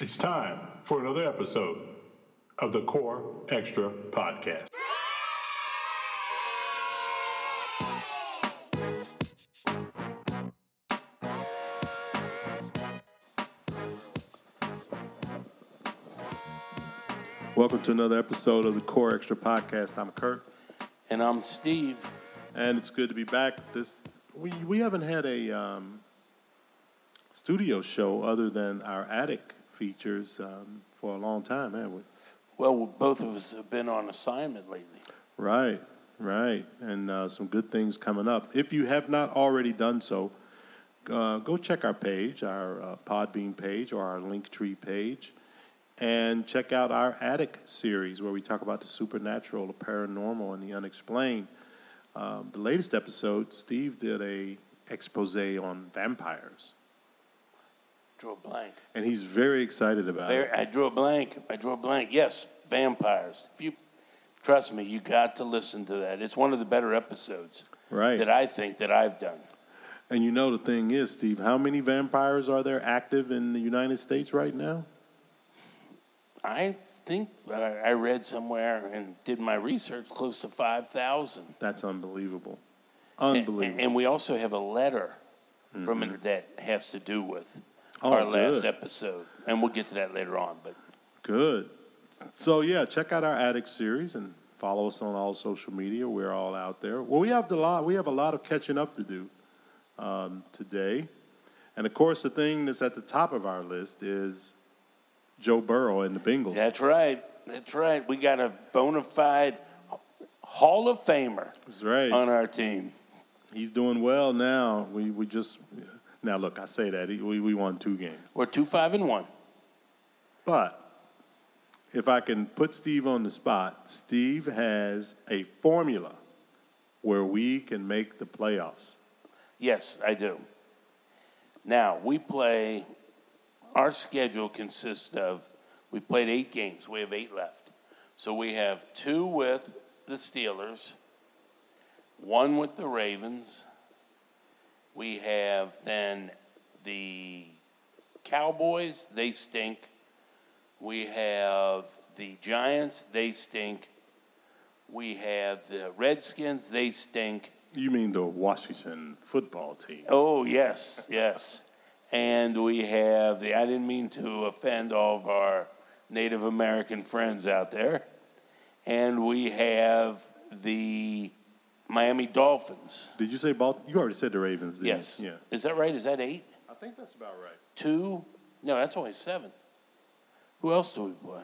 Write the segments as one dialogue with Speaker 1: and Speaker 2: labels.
Speaker 1: It's time for another episode of the Core Extra Podcast.
Speaker 2: Welcome to another episode of the Core Extra Podcast. I'm Kurt,
Speaker 3: And I'm Steve.
Speaker 2: and it's good to be back. This we we haven't had a um, studio show other than our attic features um, for a long time, have we?
Speaker 3: Well, both of us have been on assignment lately.
Speaker 2: Right, right, and uh, some good things coming up. If you have not already done so, uh, go check our page, our uh, Podbean page, or our Linktree page, and check out our Attic series where we talk about the supernatural, the paranormal, and the unexplained. Um, the latest episode, Steve did a expose on vampires,
Speaker 3: Drew a blank.
Speaker 2: and he's very excited about it.
Speaker 3: There, I drew a blank. I drew a blank. Yes, vampires. If you trust me, you got to listen to that. It's one of the better episodes
Speaker 2: Right,
Speaker 3: that I think that I've done.
Speaker 2: and you know the thing is, Steve, how many vampires are there active in the United States right now?
Speaker 3: I think uh, I read somewhere and did my research close to five thousand.
Speaker 2: That's unbelievable. Unbelievable.
Speaker 3: And, we also have a letter from it that has to do with
Speaker 2: Oh,
Speaker 3: our last
Speaker 2: good.
Speaker 3: episode, and we'll get to that later on. But
Speaker 2: Good. So yeah, check out our Attic series and follow us on all social media. We're all out there. Well, we have a lot. We have a lot of catching up to do um, today, and of course, the thing that's at the top of our list is Joe Burrow and the Bengals.
Speaker 3: That's right. That's right. We got a bona fide Hall of Famer
Speaker 2: That's right.
Speaker 3: on our team.
Speaker 2: He's doing well now. We we just now look. I say that He- we we won two games,
Speaker 3: We're two five and one.
Speaker 2: but. If I can put Steve on the spot, Steve has a formula where we can make the playoffs.
Speaker 3: Yes, I do. Now we play. Our schedule consists of we played eight games. We have eight left. So we have two with the Steelers, one with the Ravens. We have then the Cowboys. They stink. We have the Giants. They stink. We have the Redskins. They stink.
Speaker 2: You mean the Washington football team?
Speaker 3: Oh, yes, yes. And we have the, I didn't mean to offend all of our Native American friends out there. And we have the Miami Dolphins.
Speaker 2: Did you say Balt? You already said the Ravens. Didn't
Speaker 3: Yes.
Speaker 2: You? Yeah.
Speaker 3: Is that right? Is that eight?
Speaker 2: I think that's about right.
Speaker 3: Two? No, that's only seven. Who else do we play?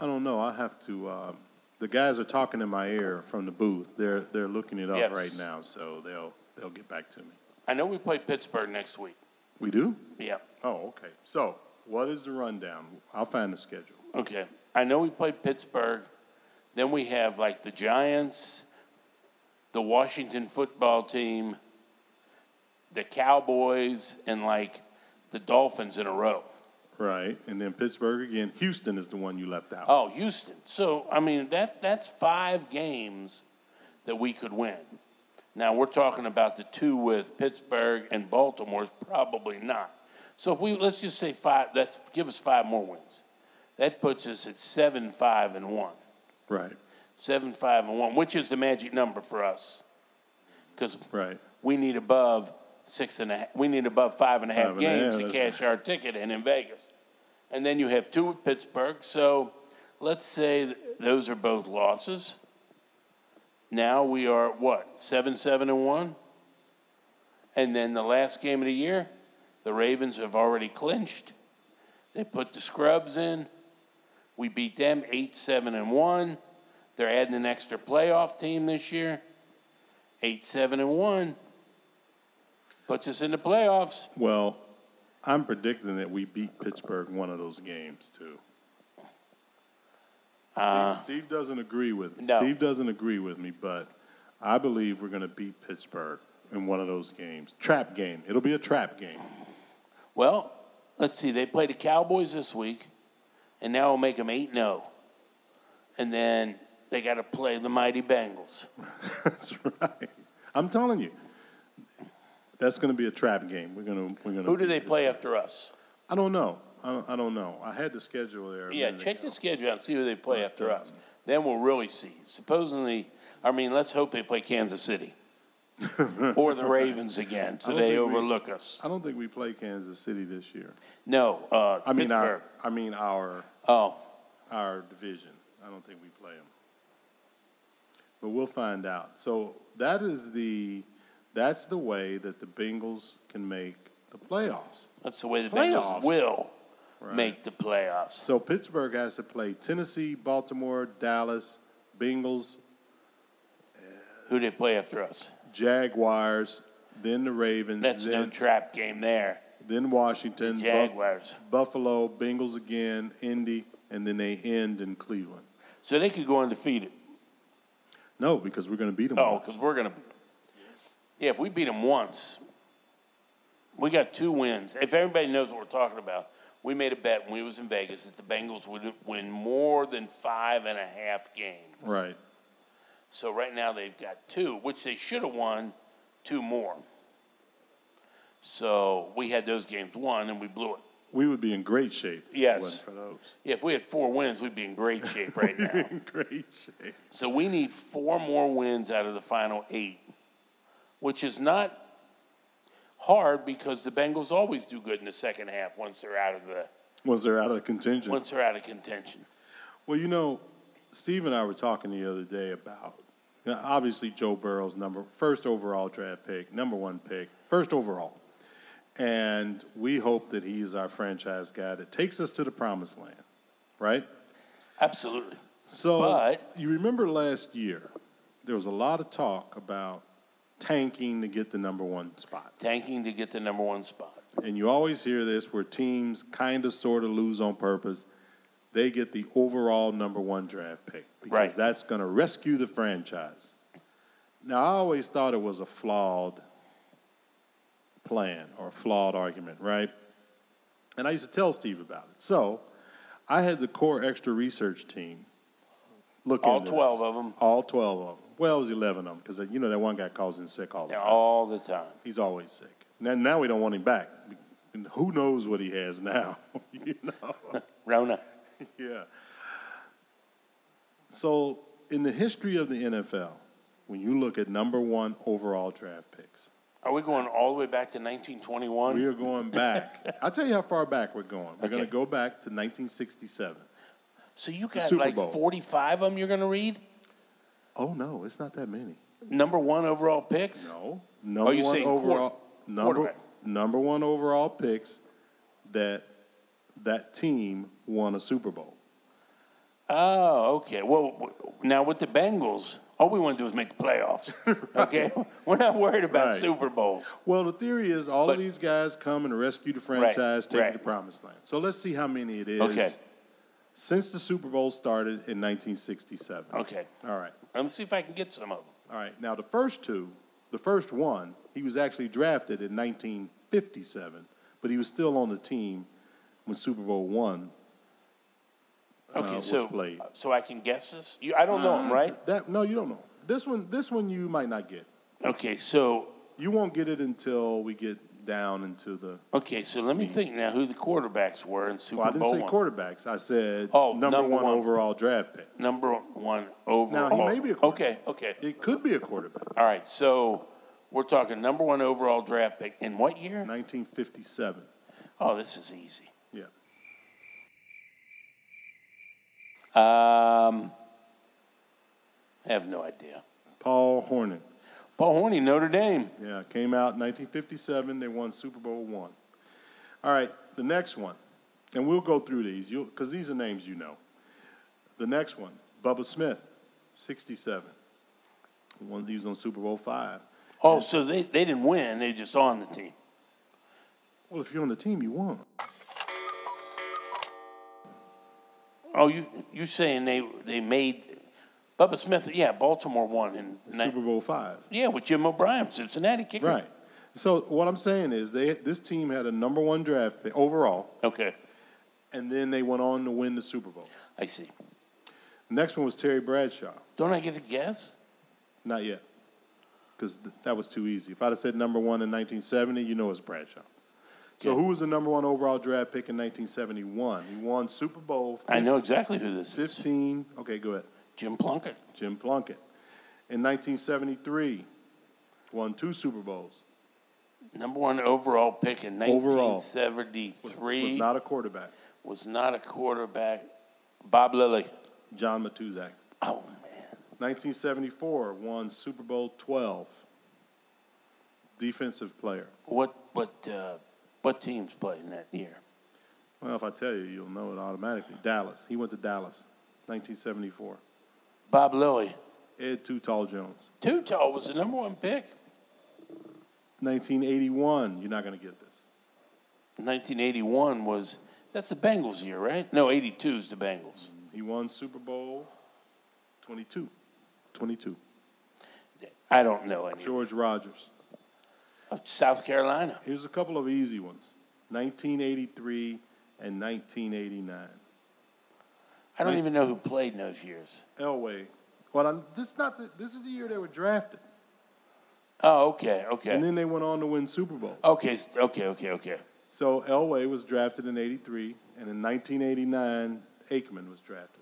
Speaker 2: I don't know. I have to. Um, the guys are talking in my ear from the booth. They're they're looking it up
Speaker 3: Yes.
Speaker 2: right now, so they'll they'll get back to me.
Speaker 3: I know we play Pittsburgh next week.
Speaker 2: We do?
Speaker 3: Yeah.
Speaker 2: Oh, okay. So what is the rundown? I'll find the schedule.
Speaker 3: Okay. I know we played Pittsburgh. Then we have like the Giants, the Washington football team, the Cowboys, and like the Dolphins in a row.
Speaker 2: Right, and then Pittsburgh again. Houston is the one you left out.
Speaker 3: Oh, Houston. So I mean that that's five games that we could win. Now we're talking about the two with Pittsburgh and Baltimore is probably not. So if we let's just say five that's give us five more wins. That puts us at seven, five, and one.
Speaker 2: Right,
Speaker 3: seven, five, and one, which is the magic number for us, because
Speaker 2: right.
Speaker 3: we need above six and a half. We need above five and a half
Speaker 2: Five and a
Speaker 3: games
Speaker 2: half,
Speaker 3: to
Speaker 2: that's
Speaker 3: cash our ticket and in Vegas, and then you have two with Pittsburgh. So let's say th- those are both losses. Now we are what seven, seven, and one, and then the last game of the year, the Ravens have already clinched. They put the scrubs in. We beat them eight, seven, and one. They're adding an extra playoff team this year. Eight, seven, and one puts us in the playoffs.
Speaker 2: Well, I'm predicting that we beat Pittsburgh one of those games too.
Speaker 3: Uh,
Speaker 2: Steve, Steve doesn't agree with me.
Speaker 3: No.
Speaker 2: Steve doesn't agree with me, but I believe we're going to beat Pittsburgh in one of those games. Trap game. It'll be a trap game.
Speaker 3: well, let's see. They play the Cowboys this week, and now we'll make them eight, no, and then they got to play the mighty Bengals.
Speaker 2: That's right. I'm telling you. That's going to be a trap game. We're going to we're going to
Speaker 3: Who do they play after us?
Speaker 2: I don't know. I don't, I don't know. I had the schedule there. a
Speaker 3: Yeah,
Speaker 2: minute
Speaker 3: check
Speaker 2: ago.
Speaker 3: the schedule out and see who they play
Speaker 2: But,
Speaker 3: after
Speaker 2: uh,
Speaker 3: us. Then we'll really see. Supposedly, I mean, let's hope they play Kansas City or the Ravens again, so
Speaker 2: I don't
Speaker 3: they
Speaker 2: think we-
Speaker 3: overlook us.
Speaker 2: I don't think we play Kansas City this year.
Speaker 3: No, uh,
Speaker 2: I mean
Speaker 3: Pittsburgh.
Speaker 2: our. I mean our
Speaker 3: Oh,
Speaker 2: our division. I don't think we play them. But we'll find out. So that is the that's the way that the Bengals can make the playoffs.
Speaker 3: that's the way the
Speaker 2: Playoffs.
Speaker 3: Bengals will
Speaker 2: Right.
Speaker 3: make the playoffs.
Speaker 2: So Pittsburgh has to play Tennessee, Baltimore, Dallas, Bengals,
Speaker 3: Who they play after us?
Speaker 2: Jaguars, then the Ravens,
Speaker 3: That's
Speaker 2: then
Speaker 3: no trap game there.
Speaker 2: then Washington,
Speaker 3: The
Speaker 2: Buff-
Speaker 3: Jaguars.
Speaker 2: Buffalo, Bengals again, Indy, and then they end in Cleveland.
Speaker 3: So they could go undefeated.
Speaker 2: No, because we're going to beat them.
Speaker 3: Oh,
Speaker 2: once.
Speaker 3: because we're gonna. Yeah, if we beat them once, we got two wins. If everybody knows what we're talking about, we made a bet when we was in Vegas that the Bengals would win more than five and a half games.
Speaker 2: right.
Speaker 3: So right now they've got two, which they should have won two more. So we had those games won and we blew it.
Speaker 2: We would be in great shape. if it
Speaker 3: Yes.
Speaker 2: wasn't For those.
Speaker 3: Yeah, if we had four wins, we'd be in great shape right now.
Speaker 2: in great shape.
Speaker 3: So we need four more wins out of the final eight, which is not hard because the Bengals always do good in the second half once they're out of the
Speaker 2: Once they're out of contention.
Speaker 3: once they're out of contention.
Speaker 2: Well, you know, Steve and I were talking the other day about now, obviously Joe Burrow's number first overall draft pick, number one pick, first overall, and we hope that he is our franchise guy that takes us to the promised land, right?
Speaker 3: Absolutely.
Speaker 2: So
Speaker 3: But-
Speaker 2: you remember last year, there was a lot of talk about tanking to get the number one spot.
Speaker 3: Tanking to get the number one spot.
Speaker 2: and you always hear this where teams kind of sort of lose on purpose. They get the overall number one draft pick because
Speaker 3: Right.
Speaker 2: that's going to rescue the franchise. Now, I always thought it was a flawed plan or a flawed argument, right? And I used to tell Steve about it. So I had the core extra research team look
Speaker 3: All
Speaker 2: into
Speaker 3: 12
Speaker 2: this.
Speaker 3: of 'em?
Speaker 2: All 12 of them. Well, it was 11 of them because, you know, that one guy calls in sick all the
Speaker 3: Now,
Speaker 2: time.
Speaker 3: all the time.
Speaker 2: He's always sick. Now, now we don't want him back. And who knows what he has now? you know.
Speaker 3: Rona.
Speaker 2: yeah. So, in the history of the NFL, when you look at number one overall draft picks,
Speaker 3: Are we going all the way back to nineteen twenty one?
Speaker 2: we are going back. I'll tell you how far back we're going. We're going
Speaker 3: Okay.
Speaker 2: to go back to 1967.
Speaker 3: So you got
Speaker 2: Super
Speaker 3: like
Speaker 2: Bowl.
Speaker 3: forty five of them you're gonna read?
Speaker 2: Oh no, it's not that many.
Speaker 3: Number one overall picks?
Speaker 2: No. Number
Speaker 3: you
Speaker 2: one
Speaker 3: Oh, saying quarter-
Speaker 2: overall number
Speaker 3: quarterback?
Speaker 2: number one overall picks that that team won a Super Bowl.
Speaker 3: Oh, okay. Well, w- now with the Bengals, all we want to do is make the playoffs. Okay, we're not worried about
Speaker 2: Right.
Speaker 3: Super Bowls.
Speaker 2: Well, the theory is all
Speaker 3: But-
Speaker 2: of these guys come and rescue the franchise, take
Speaker 3: right.
Speaker 2: it to promised land. So let's see how many it is
Speaker 3: Okay.
Speaker 2: since the Super Bowl started in 1967.
Speaker 3: Okay,
Speaker 2: All right.
Speaker 3: let me see if I can get some of them.
Speaker 2: All right. Now, the first two, the first one, he was actually drafted in 1957, but he was still on the team when Super Bowl one uh,
Speaker 3: Okay,
Speaker 2: was
Speaker 3: so
Speaker 2: played.
Speaker 3: so I can guess this. You, I don't know
Speaker 2: Uh,
Speaker 3: them, right?
Speaker 2: That, no, you don't know. This one, this one you might not get.
Speaker 3: Okay, so
Speaker 2: You won't get it until we get down into the
Speaker 3: okay, so let me think now who the quarterbacks were in Super
Speaker 2: Well, I didn't
Speaker 3: Bowl
Speaker 2: say
Speaker 3: one.
Speaker 2: quarterbacks. I said
Speaker 3: Oh,
Speaker 2: number,
Speaker 3: number
Speaker 2: one,
Speaker 3: one.
Speaker 2: overall draft pick.
Speaker 3: Number one overall.
Speaker 2: may be a quarterback.
Speaker 3: okay, okay.
Speaker 2: It could be a quarterback.
Speaker 3: All right, so we're talking number one overall draft pick in what year?
Speaker 2: 1957.
Speaker 3: Oh, this is easy.
Speaker 2: Yeah.
Speaker 3: Um, I have no idea.
Speaker 2: Paul Horning.
Speaker 3: Paul Horney, Notre Dame.
Speaker 2: Yeah, came out in 1957. They won Super Bowl one. All right, the next one, and we'll go through these because these are names you know. The next one, Bubba Smith, 67. One, he was on Super Bowl five.
Speaker 3: Oh, so they, they didn't win. They just on the team.
Speaker 2: Well, if you're on the team, you won.
Speaker 3: Oh, you you saying they they made Bubba Smith? Yeah, Baltimore won in ni-
Speaker 2: Super Bowl five.
Speaker 3: yeah with Jim O'Brien, Cincinnati kicker.
Speaker 2: Right. So what I'm saying is they this team had a number one draft pick overall,
Speaker 3: Okay,
Speaker 2: and then they went on to win the Super Bowl.
Speaker 3: I see.
Speaker 2: Next one was Terry Bradshaw.
Speaker 3: Don't I get a guess?
Speaker 2: Not yet, because th- that was too easy. If I'd have said number one in 1970, you know it's Bradshaw. So who was the number one overall draft pick in 1971? He won Super Bowl
Speaker 3: I know exactly who this is.
Speaker 2: 15. Okay, go ahead.
Speaker 3: Jim Plunkett.
Speaker 2: Jim Plunkett. In 1973, won two Super Bowls.
Speaker 3: Number one overall pick in
Speaker 2: Overall.
Speaker 3: 1973
Speaker 2: Was not a quarterback.
Speaker 3: a quarterback. Bob Lilly.
Speaker 2: John Matuzak.
Speaker 3: Oh, man.
Speaker 2: 1974, won Super Bowl 12. Defensive player.
Speaker 3: What, what, uh, what teams played in that year?
Speaker 2: Well, if I tell you, you'll know it automatically. Dallas. He went to Dallas, 1974.
Speaker 3: Bob Lilly.
Speaker 2: Ed Too Tall Jones.
Speaker 3: Tutal was the number one pick.
Speaker 2: 1981. You're not going to get this.
Speaker 3: 1981 was, that's the Bengals year, right? No, 82 is the Bengals.
Speaker 2: He won Super Bowl 22. 22.
Speaker 3: I don't know any. Uh,
Speaker 2: George Rogers.
Speaker 3: South Carolina.
Speaker 2: Here's a couple of easy ones 1983 and 1989.
Speaker 3: I don't
Speaker 2: Right.
Speaker 3: even know who played in those years.
Speaker 2: Elway. Well, I'm, this is not the, this is the year they were drafted,
Speaker 3: Oh, okay, okay.
Speaker 2: and then they went on to win Super Bowl.
Speaker 3: okay, s- okay, okay, okay.
Speaker 2: So Elway was drafted in '83, and in 1989, Aikman was drafted.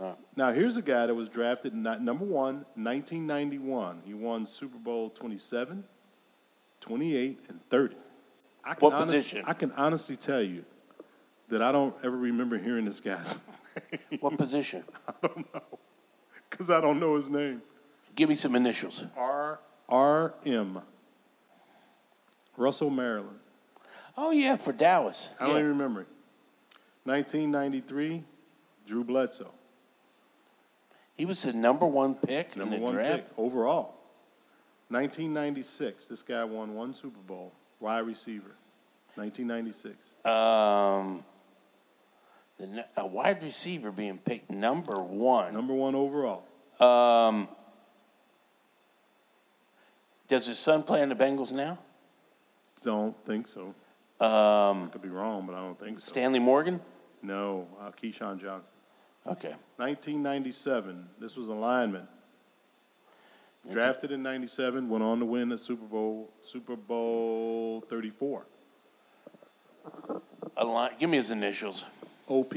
Speaker 3: Uh.
Speaker 2: Now here's a guy that was drafted in ni- number one, 1991. He won Super Bowl 27, 28, and 30. I
Speaker 3: What
Speaker 2: honest-
Speaker 3: position?
Speaker 2: I can honestly tell you that I don't ever remember hearing this guy's
Speaker 3: What position?
Speaker 2: because I don't know his name.
Speaker 3: Give me some initials.
Speaker 2: R R M. Russell Maryland.
Speaker 3: Oh, yeah, for Dallas.
Speaker 2: I don't
Speaker 3: Yeah.
Speaker 2: even remember. it. 1993, Drew Bledsoe,
Speaker 3: He was the number one pick
Speaker 2: number
Speaker 3: in the
Speaker 2: one
Speaker 3: draft.
Speaker 2: pick overall. 1996, this guy won one Super Bowl, wide receiver. 1996.
Speaker 3: Um, the, n- a wide receiver being picked number one.
Speaker 2: Number one overall.
Speaker 3: Um, does his son play in the Bengals now?
Speaker 2: Don't think so.
Speaker 3: Um,
Speaker 2: Could be wrong, but I don't think so.
Speaker 3: Stanley Morgan?
Speaker 2: no, uh, Keyshawn Johnson.
Speaker 3: Okay.
Speaker 2: 1997, this was a lineman. Drafted in 97, went on to win the Super Bowl, Super Bowl 34.
Speaker 3: A line, give me his initials.
Speaker 2: OP,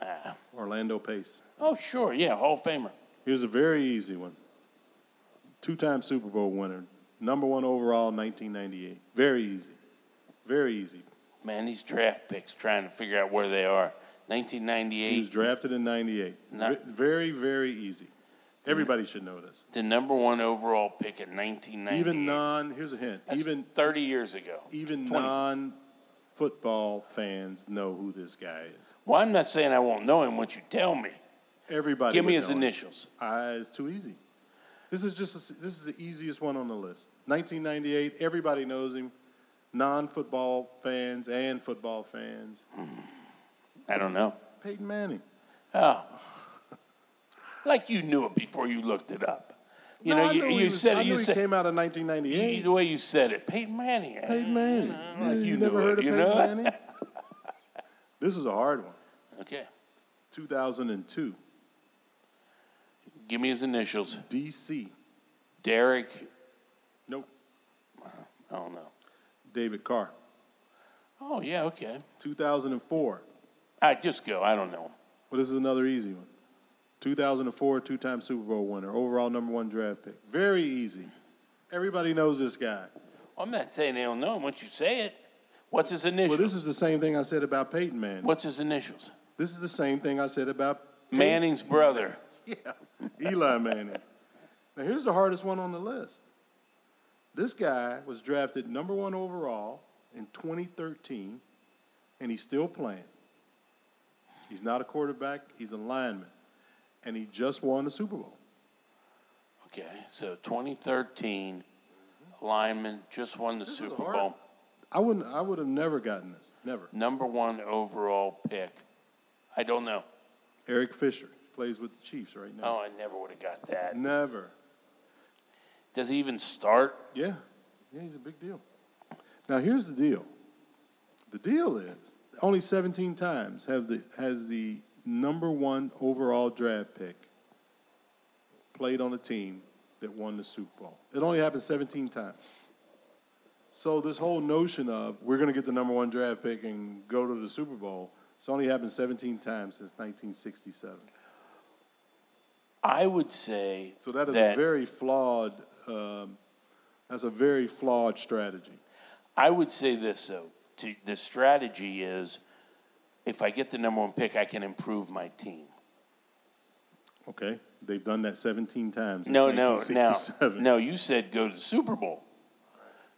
Speaker 3: Ah.
Speaker 2: Orlando Pace.
Speaker 3: Oh, sure, yeah, Hall of Famer.
Speaker 2: Here's a very easy one. Two-time Super Bowl winner, number one overall, 1998. Very easy, very easy.
Speaker 3: Man, these draft picks trying to figure out where they are.
Speaker 2: He was
Speaker 3: 1998,
Speaker 2: drafted in '98.
Speaker 3: No.
Speaker 2: Very, very easy. Everybody should know this.
Speaker 3: the number one overall pick in 1998.
Speaker 2: Even non. Here's a hint.
Speaker 3: That's
Speaker 2: even
Speaker 3: 30 years ago.
Speaker 2: even
Speaker 3: 20.
Speaker 2: non-football fans know who this guy is.
Speaker 3: Well, I'm not saying I won't know him once you tell me.
Speaker 2: Everybody.
Speaker 3: Give me
Speaker 2: would
Speaker 3: his
Speaker 2: know him.
Speaker 3: initials.
Speaker 2: Ah, it's too easy. This is just a, this is the easiest one on the list. 1998. Everybody knows him. Non-football fans and football fans.
Speaker 3: I don't know.
Speaker 2: Peyton Manning.
Speaker 3: Oh. Like you knew it before you looked it up. You
Speaker 2: No,
Speaker 3: know,
Speaker 2: I
Speaker 3: you,
Speaker 2: knew
Speaker 3: you
Speaker 2: he was-
Speaker 3: said
Speaker 2: I
Speaker 3: it.
Speaker 2: knew
Speaker 3: You
Speaker 2: he
Speaker 3: said
Speaker 2: came out in
Speaker 3: you-
Speaker 2: 1998.
Speaker 3: the way you said it. Peyton Manning. eh?
Speaker 2: Peyton Manning.
Speaker 3: Like
Speaker 2: Yeah,
Speaker 3: you knew
Speaker 2: never
Speaker 3: it,
Speaker 2: heard of
Speaker 3: you
Speaker 2: Peyton
Speaker 3: know?
Speaker 2: Manning? this is a hard one.
Speaker 3: Okay.
Speaker 2: 2002,
Speaker 3: Give me his initials.
Speaker 2: DC.
Speaker 3: Derek.
Speaker 2: Nope.
Speaker 3: I don't know.
Speaker 2: David Carr.
Speaker 3: Oh yeah. Okay.
Speaker 2: 2004.
Speaker 3: I just go. I don't know. him.
Speaker 2: Well, this is another easy one. 2004, two-time Super Bowl winner, overall number one draft pick. Very easy. Everybody knows this guy.
Speaker 3: I'm not saying they don't know him once you say it. What's his initials?
Speaker 2: Well, this is the same thing I said about Peyton Manning.
Speaker 3: What's his initials?
Speaker 2: This is the same thing I said about Peyton-
Speaker 3: Manning's brother.
Speaker 2: Yeah, Eli Manning. Now here's the hardest one on the list. This guy was drafted number one overall in 2013, and he's still playing. He's not a quarterback; he's a lineman, and he just won the Super Bowl.
Speaker 3: Okay, so 2013, lineman just won the
Speaker 2: This is
Speaker 3: Super
Speaker 2: hard.
Speaker 3: Bowl.
Speaker 2: I wouldn't. I would have never gotten this. Never.
Speaker 3: Number one overall pick. I don't know.
Speaker 2: Eric Fisher plays with the Chiefs right now.
Speaker 3: Oh, I never would have got that.
Speaker 2: Never.
Speaker 3: Does he even start?
Speaker 2: Yeah. Yeah, he's a big deal. Now here's the deal. The deal is only 17 times have the has the number one overall draft pick played on a team that won the Super Bowl. It only happened 17 times. So this whole notion of we're going to get the number one draft pick and go to the Super Bowl, it's only happened 17 times since 1967.
Speaker 3: I would say
Speaker 2: So that is a very flawed. Um, that's a very flawed strategy.
Speaker 3: I would say this though. To, the strategy is, if I get the number one pick, I can improve my team.
Speaker 2: Okay, they've done that 17 times. Since
Speaker 3: No, no, now,
Speaker 2: 1967.
Speaker 3: no. You said go to the Super Bowl.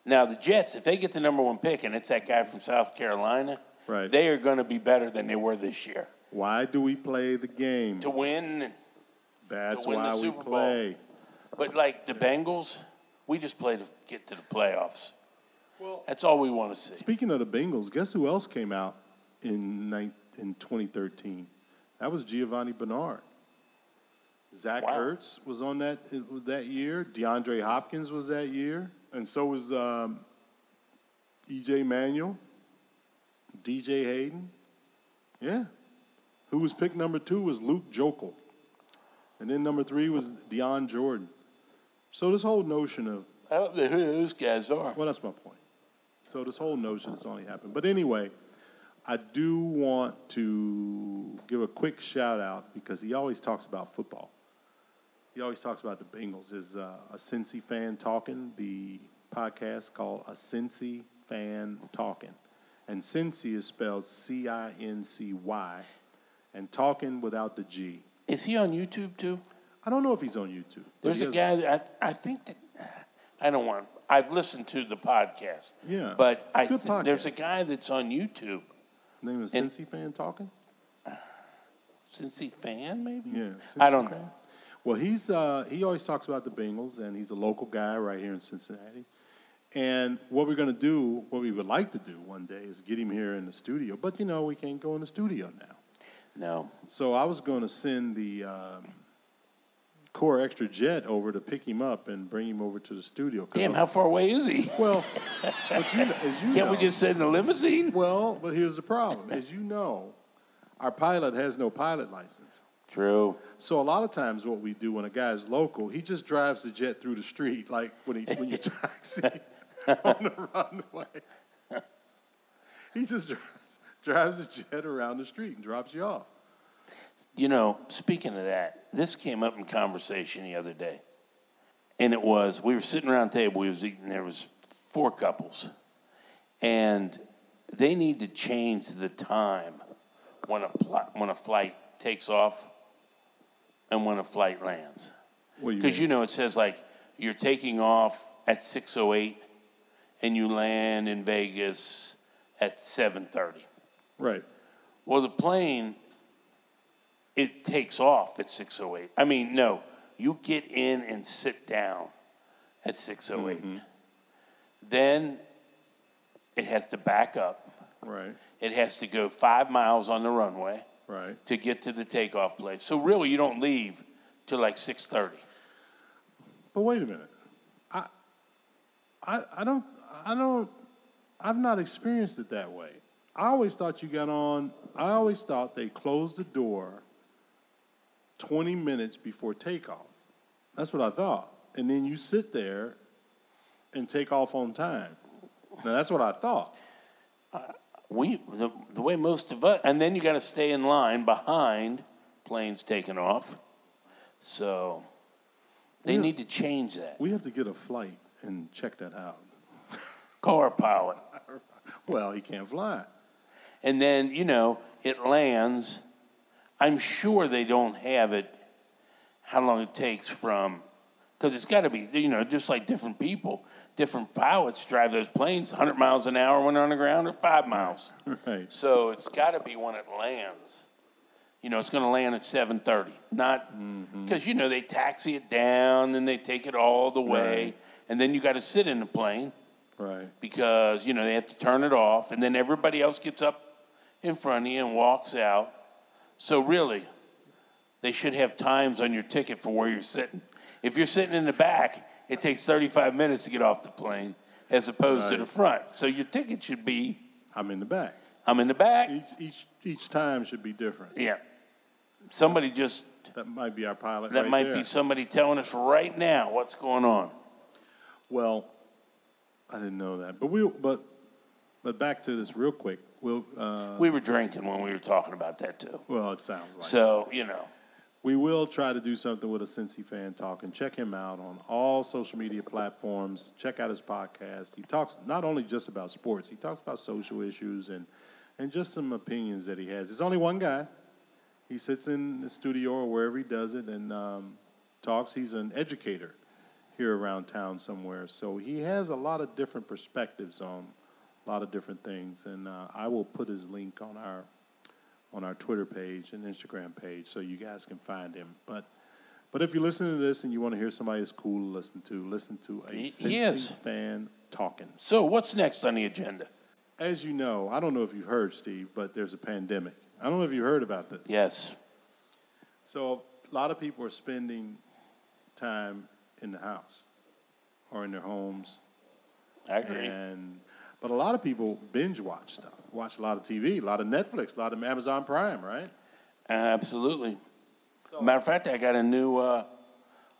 Speaker 3: Now the Jets, if they get the number one pick and it's that guy from South Carolina,
Speaker 2: Right.
Speaker 3: They are going to be better than they were this year
Speaker 2: Why do we play the game?
Speaker 3: to win.
Speaker 2: That's
Speaker 3: win the
Speaker 2: why we
Speaker 3: Super Bowl.
Speaker 2: play.
Speaker 3: But like the Bengals, we just play to get to the playoffs. That's all we want to see.
Speaker 2: Speaking of the Bengals, guess who else came out in nine- in 2013? That was Giovanni Bernard. Zach
Speaker 3: Wow.
Speaker 2: Ertz was on that that year. DeAndre Hopkins was that year, and so was um, EJ Manuel, DJ Hayden. Yeah, who was pick number two was Luke Jokel, and then number three was Deion Jordan. So this whole notion of
Speaker 3: I don't know who those guys are.
Speaker 2: well, that's my point. So this whole notion has only happened. But anyway, I do want to give a quick shout out because he always talks about football. He always talks about the Bengals. Is uh, a Cincy fan talking? The podcast called A Cincy Fan Talking, and Cincy is spelled C I N C Y, and talking without the G.
Speaker 3: Is he on YouTube too?
Speaker 2: I don't know if he's on YouTube. but
Speaker 3: There's
Speaker 2: he
Speaker 3: a
Speaker 2: has-
Speaker 3: guy that I, I think that I don't want. I've listened to the podcast.
Speaker 2: Yeah,
Speaker 3: but
Speaker 2: it's
Speaker 3: I
Speaker 2: a good
Speaker 3: thi- there's a
Speaker 2: podcast.
Speaker 3: guy that's on YouTube.
Speaker 2: Name is
Speaker 3: and-
Speaker 2: Cincy Fan Talking.
Speaker 3: Cincy fan, maybe.
Speaker 2: Yeah,
Speaker 3: I don't
Speaker 2: Cincinnati.
Speaker 3: know.
Speaker 2: Well, he's uh, he always talks about the Bengals, and he's a local guy right here in Cincinnati. And what we're going to do, what we would like to do one day, is get him here in the studio. But you know, we can't go in the studio now.
Speaker 3: No,
Speaker 2: So I was going to send the um, core extra jet over to pick him up and bring him over to the studio. 'Cause
Speaker 3: damn,
Speaker 2: I'm-
Speaker 3: how far away is he?
Speaker 2: well, but you, as you
Speaker 3: Can't
Speaker 2: know,
Speaker 3: we just send a limousine?
Speaker 2: well, but here's the problem: as you know, our pilot has no pilot license.
Speaker 3: True.
Speaker 2: So a lot of times, what we do when a guy's local, he just drives the jet through the street, like when he when you taxi on the runway. He just drives, drives the jet around the street and drops you off.
Speaker 3: You know, speaking of that, this came up in conversation the other day. And it was we were sitting around a table, we was eating, there was four couples. And they need to change the time when a pl- when a flight takes off and when a flight lands.
Speaker 2: What do you
Speaker 3: Because
Speaker 2: mean?
Speaker 3: you know it says like you're taking off at 6:08 and you land in Vegas at 7:30.
Speaker 2: Right.
Speaker 3: Well, the plane, it takes off at 6.08. I mean, no, you get in and sit down at 6.08. Then it has to back up.
Speaker 2: Right.
Speaker 3: It has to go five miles on the runway
Speaker 2: Right.
Speaker 3: to get to the takeoff place. So really, you don't leave till like 6.30.
Speaker 2: But wait a minute. I I I don't I don't I've not experienced it that way. I always thought you got on I always thought they closed the door 20 minutes before takeoff. That's what I thought. And then you sit there and take off on time. Now that's what I thought.
Speaker 3: We, the, the way most of us, and then you got to stay in line behind planes taking off. So they
Speaker 2: Yeah.
Speaker 3: need to change that.
Speaker 2: We have to get a flight and check that out.
Speaker 3: car pilot.
Speaker 2: Well, he can't fly.
Speaker 3: And then, you know, it lands. I'm sure they don't have it how long it takes from, because it's got to be, you know, just like different people, different pilots drive those planes 100 miles an hour when they're on the ground or five miles.
Speaker 2: Right.
Speaker 3: So it's got to be when it lands. You know, it's going to land at 7:30. Not because you know they taxi it down and they take it all the way,
Speaker 2: Right.
Speaker 3: and then you got to sit in the plane
Speaker 2: Right.
Speaker 3: because you know they have to turn it off, and then everybody else gets up in front of you and walks out. So really, they should have times on your ticket for where you're sitting. If you're sitting in the back, it takes 35 minutes to get off the plane, as opposed to
Speaker 2: Right.
Speaker 3: the front. So your ticket should be,
Speaker 2: I'm in the back.
Speaker 3: I'm in the back.
Speaker 2: Each each each time should be different.
Speaker 3: Yeah, somebody just
Speaker 2: That might be our pilot.
Speaker 3: that
Speaker 2: right
Speaker 3: might
Speaker 2: there.
Speaker 3: be somebody telling us right now what's going on.
Speaker 2: Well, I didn't know that. But we but but back to this real quick. We'll uh,
Speaker 3: We were drinking when we were talking about that too.
Speaker 2: well, it sounds like
Speaker 3: So, you know,
Speaker 2: We will try to do something with a Cincy fan talk and check him out on all social media platforms. Check out his podcast. He talks not only just about sports, he talks about social issues and, and just some opinions that he has. There's only one guy. He sits in the studio or wherever he does it and um, talks. He's an educator here around town somewhere. So he has a lot of different perspectives on a lot of different things. And uh, I will put his link on our on our Twitter page and Instagram page, so you guys can find him. But but if you're listening to this and you want to hear somebody that's cool to listen to, listen to a
Speaker 3: He- he
Speaker 2: Cincy
Speaker 3: is.
Speaker 2: fan talking.
Speaker 3: so what's next on the agenda?
Speaker 2: As you know, I don't know if you've heard, Steve, but there's a pandemic. I don't know if you heard about this.
Speaker 3: Yes.
Speaker 2: So a lot of people are spending time in the house or in their homes
Speaker 3: I agree.
Speaker 2: and but a lot of people binge watch stuff, watch a lot of TV, a lot of Netflix, a lot of Amazon Prime, right?
Speaker 3: Absolutely. Matter of fact, I got a new uh,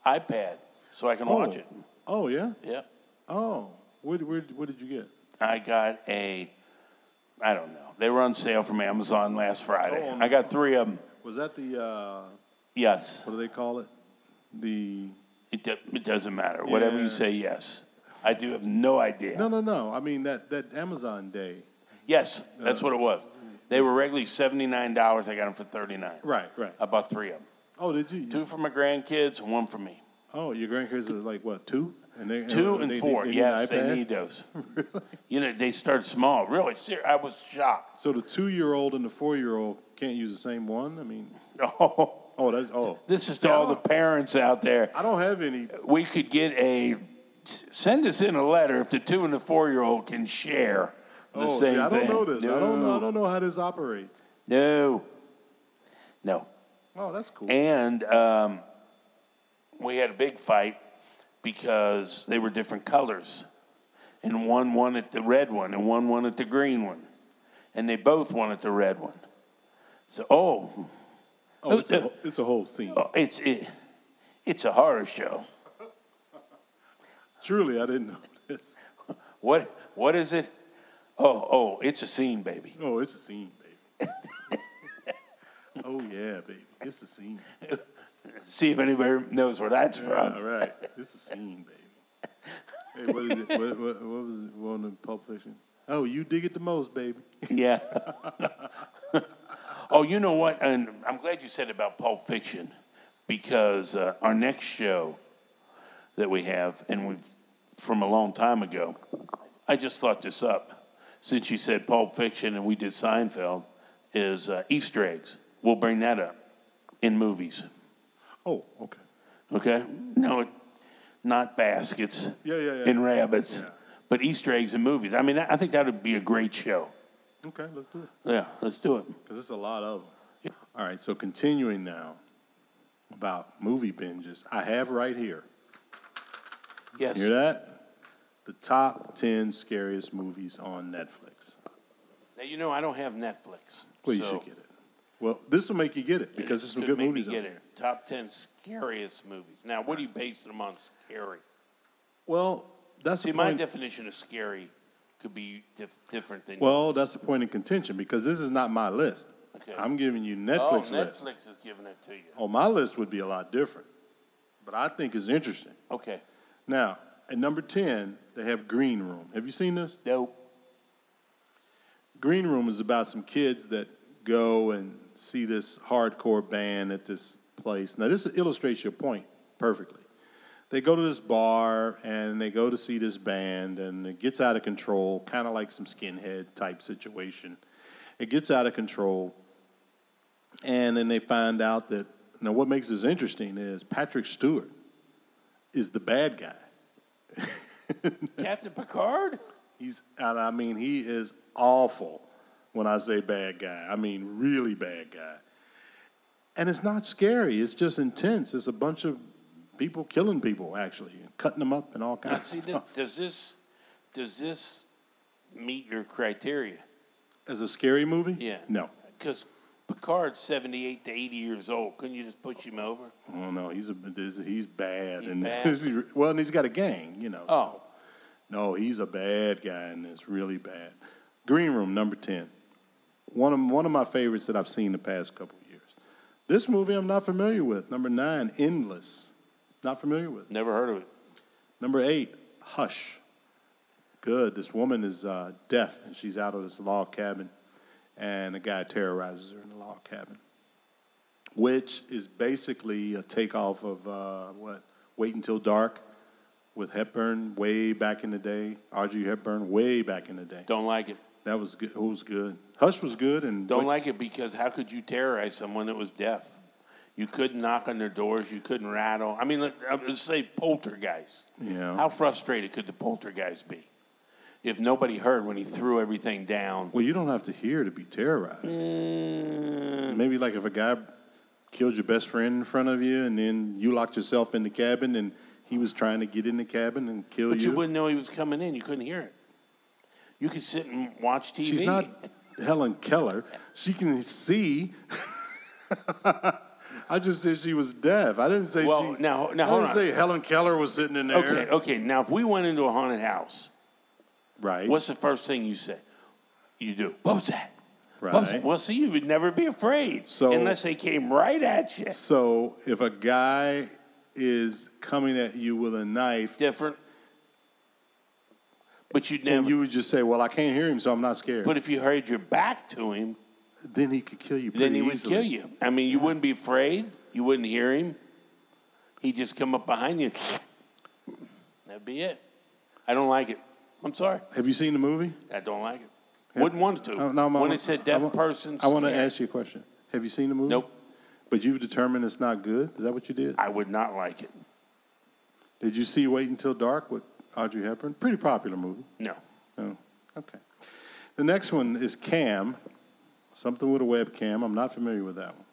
Speaker 3: iPad so I can watch it.
Speaker 2: Oh yeah.
Speaker 3: Yeah.
Speaker 2: Oh, where, where, what did you get?
Speaker 3: I got a, I don't know. They were on sale from Amazon last Friday.
Speaker 2: Oh,
Speaker 3: I got three of them.
Speaker 2: Was that the uh,
Speaker 3: Yes.
Speaker 2: what do they call it? The
Speaker 3: It, do, it doesn't matter. Whatever
Speaker 2: Yeah.
Speaker 3: you say, yes. I do have no idea.
Speaker 2: no, no, no. I mean that that Amazon Day.
Speaker 3: Yes, that's what it was. They were regularly $79. I got them for 39
Speaker 2: Right, right.
Speaker 3: I bought three of them.
Speaker 2: Oh, did you?
Speaker 3: Two for my grandkids and one for me.
Speaker 2: Oh, your grandkids are like what two? And they,
Speaker 3: Two
Speaker 2: they-
Speaker 3: and
Speaker 2: they-
Speaker 3: four.
Speaker 2: they need an
Speaker 3: yes, they
Speaker 2: iPad?
Speaker 3: need those. You know, they start small. Really, ser- I was shocked.
Speaker 2: So the two-year-old and the four-year-old can't use the same one. I mean,
Speaker 3: Oh,
Speaker 2: oh, that's oh.
Speaker 3: this is
Speaker 2: See,
Speaker 3: to
Speaker 2: I
Speaker 3: all the
Speaker 2: don't-
Speaker 3: parents out there.
Speaker 2: I don't have any.
Speaker 3: We could get a send us in a letter if the two and the four year old can share the
Speaker 2: oh, see,
Speaker 3: same
Speaker 2: I don't
Speaker 3: thing.
Speaker 2: know this.
Speaker 3: No,
Speaker 2: I don't. know- I don't know how this operates.
Speaker 3: No, no.
Speaker 2: Oh, that's cool.
Speaker 3: And um, we had a big fight because they were different colors. And one wanted the red one, and one wanted the green one. And they both wanted the red one. So, oh,
Speaker 2: oh, it's a, it's a whole scene.
Speaker 3: oh, it's, it, it's a horror show.
Speaker 2: Truly, I didn't know this.
Speaker 3: What, what is it? Oh, oh, it's a scene, baby.
Speaker 2: Oh, it's a scene, baby. oh yeah, baby. It's a scene.
Speaker 3: See if anybody knows where that's from.
Speaker 2: All right, it's a scene, baby. Hey, what is it? What, what, what was it? One in Pulp Fiction. Oh, you dig it the most, baby.
Speaker 3: Yeah. oh, you know what? And I'm glad you said about Pulp Fiction because uh, our next show that we have, and we've from a long time ago, I just thought this up since you said Pulp Fiction and we did Seinfeld, is uh, Easter eggs. We'll bring that up in movies.
Speaker 2: Oh, okay.
Speaker 3: Okay? No, it, not baskets
Speaker 2: Yeah, yeah, yeah.
Speaker 3: and rabbits,
Speaker 2: Yeah.
Speaker 3: but Easter eggs in movies. I mean, I I think that would be a great show.
Speaker 2: Okay, let's do it
Speaker 3: Yeah, let's do it.
Speaker 2: because it's a lot of them. All right, so continuing now about movie binges, I have right here.
Speaker 3: Yes.
Speaker 2: Hear that? The top ten scariest movies on Netflix.
Speaker 3: Now, you know, I don't have Netflix.
Speaker 2: Well, you
Speaker 3: so
Speaker 2: should get it. Well, this will make you get it because there's some
Speaker 3: should
Speaker 2: good
Speaker 3: make
Speaker 2: movies
Speaker 3: Me
Speaker 2: on
Speaker 3: get
Speaker 2: there.
Speaker 3: it. Top 10 scariest movies. Now, what do you base them on scary?
Speaker 2: Well, that's
Speaker 3: See,
Speaker 2: the
Speaker 3: my
Speaker 2: point.
Speaker 3: definition of scary could be dif- different than
Speaker 2: well, that's the point of contention because this is not my list.
Speaker 3: Okay.
Speaker 2: I'm giving you
Speaker 3: yours.
Speaker 2: Netflix
Speaker 3: oh,
Speaker 2: list.
Speaker 3: Netflix is giving it to you.
Speaker 2: Oh, my list would be a lot different, but I think it's interesting.
Speaker 3: Okay.
Speaker 2: Now, at number ten, they have Green Room. Have you seen this?
Speaker 3: Nope.
Speaker 2: Green Room is about some kids that go and see this hardcore band at this place. Now, this illustrates your point perfectly. They go to this bar and they go to see this band, and it gets out of control, kind of like some skinhead type situation. It gets out of control, and then they find out that now what makes this interesting is Patrick Stewart is the bad guy.
Speaker 3: Captain Picard?
Speaker 2: He's, and I mean, he is awful when I say bad guy. I mean, really bad guy. And it's not scary, it's just intense. It's a bunch of people killing people, actually, and cutting them up and all
Speaker 3: Now,
Speaker 2: kinds
Speaker 3: see,
Speaker 2: of
Speaker 3: th-
Speaker 2: stuff.
Speaker 3: does this does this meet your criteria?
Speaker 2: As a scary movie?
Speaker 3: Yeah.
Speaker 2: No.
Speaker 3: Because Picard's 78 to 80 years old. Couldn't you just push him over?
Speaker 2: Oh, no, he's, a, he's bad.
Speaker 3: He's
Speaker 2: and
Speaker 3: bad.
Speaker 2: well, and he's got a gang, you know.
Speaker 3: Oh.
Speaker 2: so No, he's a bad guy, and it's really bad. Green Room, number 10. One of, one of my favorites that I've seen the past couple of years. This movie I'm not familiar with. Number nine, Endless. Not familiar with.
Speaker 3: Never heard of it.
Speaker 2: Number eight, Hush. Good. This woman is uh, deaf and she's out of this log cabin, and a guy terrorizes her in the log cabin, which is basically a takeoff of uh, what? Wait Until Dark with Hepburn way back in the day. Audrey Hepburn way back in the day.
Speaker 3: Don't like it.
Speaker 2: That was good. It was good. Hush was good, and
Speaker 3: Don't
Speaker 2: Wait-
Speaker 3: like it because how could you terrorize someone that was deaf? You couldn't knock on their doors. You couldn't rattle. I mean, let- I would say poltergeist.
Speaker 2: Yeah.
Speaker 3: How frustrated could the poltergeist be if nobody heard when he threw everything down?
Speaker 2: Well, you don't have to hear to be terrorized.
Speaker 3: Mm.
Speaker 2: Maybe like if a guy killed your best friend in front of you, and then you locked yourself in the cabin, and he was trying to get in the cabin and kill
Speaker 3: But you wouldn't know he was coming in. You couldn't hear it. You could sit and watch TV.
Speaker 2: She's not Helen Keller. She can see. I just said she was deaf. I didn't say
Speaker 3: Well,
Speaker 2: she.
Speaker 3: now- now,
Speaker 2: I
Speaker 3: hold
Speaker 2: didn't
Speaker 3: on.
Speaker 2: say Helen Keller was sitting in there.
Speaker 3: Okay, okay. Now, if we went into a haunted house,
Speaker 2: Right.
Speaker 3: what's the first thing you say? You do. What was that?
Speaker 2: right.
Speaker 3: What was that? Well, see, you would never be afraid
Speaker 2: So-
Speaker 3: unless they came right at you.
Speaker 2: So if a guy is coming at you with a knife,
Speaker 3: different. But you'd never.
Speaker 2: and you would just say, "Well, I can't hear him, so I'm not scared."
Speaker 3: but if you heard your back to him,
Speaker 2: then he could kill you.
Speaker 3: then
Speaker 2: pretty
Speaker 3: he would
Speaker 2: easily.
Speaker 3: kill you. I mean, you wouldn't be afraid. You wouldn't hear him. He'd just come up behind you. That'd be it. I don't like it. I'm sorry.
Speaker 2: Have you seen the movie?
Speaker 3: I don't like it. Wouldn't want to.
Speaker 2: Oh, no, I'm-
Speaker 3: when it said deaf
Speaker 2: I wa-
Speaker 3: person,
Speaker 2: I want to
Speaker 3: scared.
Speaker 2: ask you a question. Have you seen the movie?
Speaker 3: Nope,
Speaker 2: But you've determined it's not good. Is that what you did?
Speaker 3: I would not like it.
Speaker 2: Did you see Wait Until Dark with Audrey Hepburn? Pretty popular movie.
Speaker 3: No. Uh,
Speaker 2: Oh, okay. The next one is Cam, something with a webcam. I'm not familiar with that one.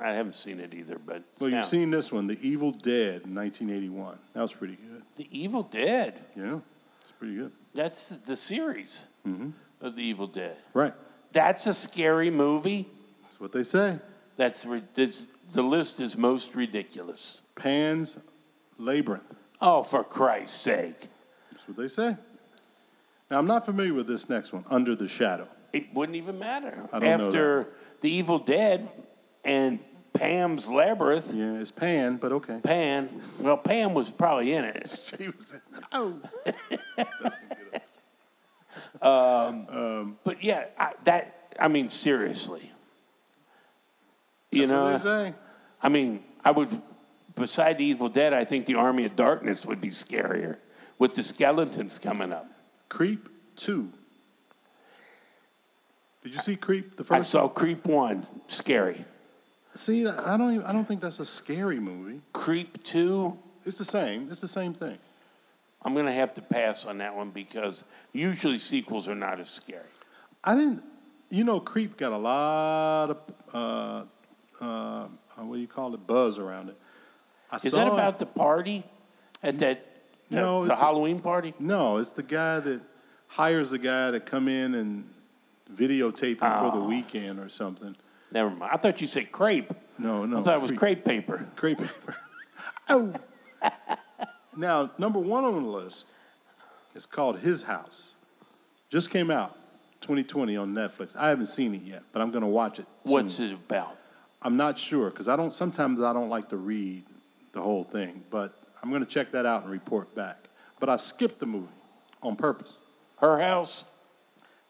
Speaker 3: I haven't seen it either, but
Speaker 2: Well, you've
Speaker 3: sound-
Speaker 2: seen this one, The Evil Dead, in 1981. That was pretty good.
Speaker 3: The Evil Dead.
Speaker 2: Yeah, it's pretty good.
Speaker 3: That's the series
Speaker 2: Mm-hmm.
Speaker 3: of The Evil Dead.
Speaker 2: Right.
Speaker 3: That's a scary movie.
Speaker 2: That's what they say.
Speaker 3: That's ri- this, the list is most ridiculous.
Speaker 2: Pan's Labyrinth.
Speaker 3: Oh, for Christ's sake!
Speaker 2: That's what they say. Now, I'm not familiar with this next one, Under the Shadow.
Speaker 3: It wouldn't even matter
Speaker 2: I don't know
Speaker 3: after The Evil Dead and Pam's Labyrinth.
Speaker 2: Yeah, it's Pan, but okay.
Speaker 3: Pam, well, Pam was probably in it.
Speaker 2: She was in, oh.
Speaker 3: But yeah, I, that I mean, seriously, you
Speaker 2: That's what
Speaker 3: know,
Speaker 2: they say.
Speaker 3: I mean, I would. Beside The Evil Dead, I think the Army of Darkness would be scarier with the skeletons coming up.
Speaker 2: Creep 2. Did you see Creep the
Speaker 3: I
Speaker 2: first
Speaker 3: saw Creep One, scary.
Speaker 2: See, I don't even, I don't think that's a scary movie.
Speaker 3: Creep Two,
Speaker 2: It's the same. It's the same thing.
Speaker 3: I'm going to have to pass on that one because usually sequels are not as scary.
Speaker 2: I didn't you know Creep got a lot of uh, uh, what do you call it? Buzz around it. I
Speaker 3: Is
Speaker 2: saw
Speaker 3: that
Speaker 2: it-
Speaker 3: about the party at that the,
Speaker 2: No,
Speaker 3: the
Speaker 2: it's the-
Speaker 3: Halloween party?
Speaker 2: No, it's the guy that hires the guy to come in and videotape him for the weekend or something.
Speaker 3: Never mind. I thought you said crepe.
Speaker 2: No, no.
Speaker 3: I thought it was
Speaker 2: Creep.
Speaker 3: crepe paper.
Speaker 2: Crepe paper. oh. now, number one on the list is called His House. Just came out 2020 on Netflix. I haven't seen it yet, but I'm going to watch it. soon.
Speaker 3: What's it about?
Speaker 2: I'm not sure because I don't. Sometimes I don't like to read the whole thing, but I'm going to check that out and report back. But I skipped the movie on purpose.
Speaker 3: Her house.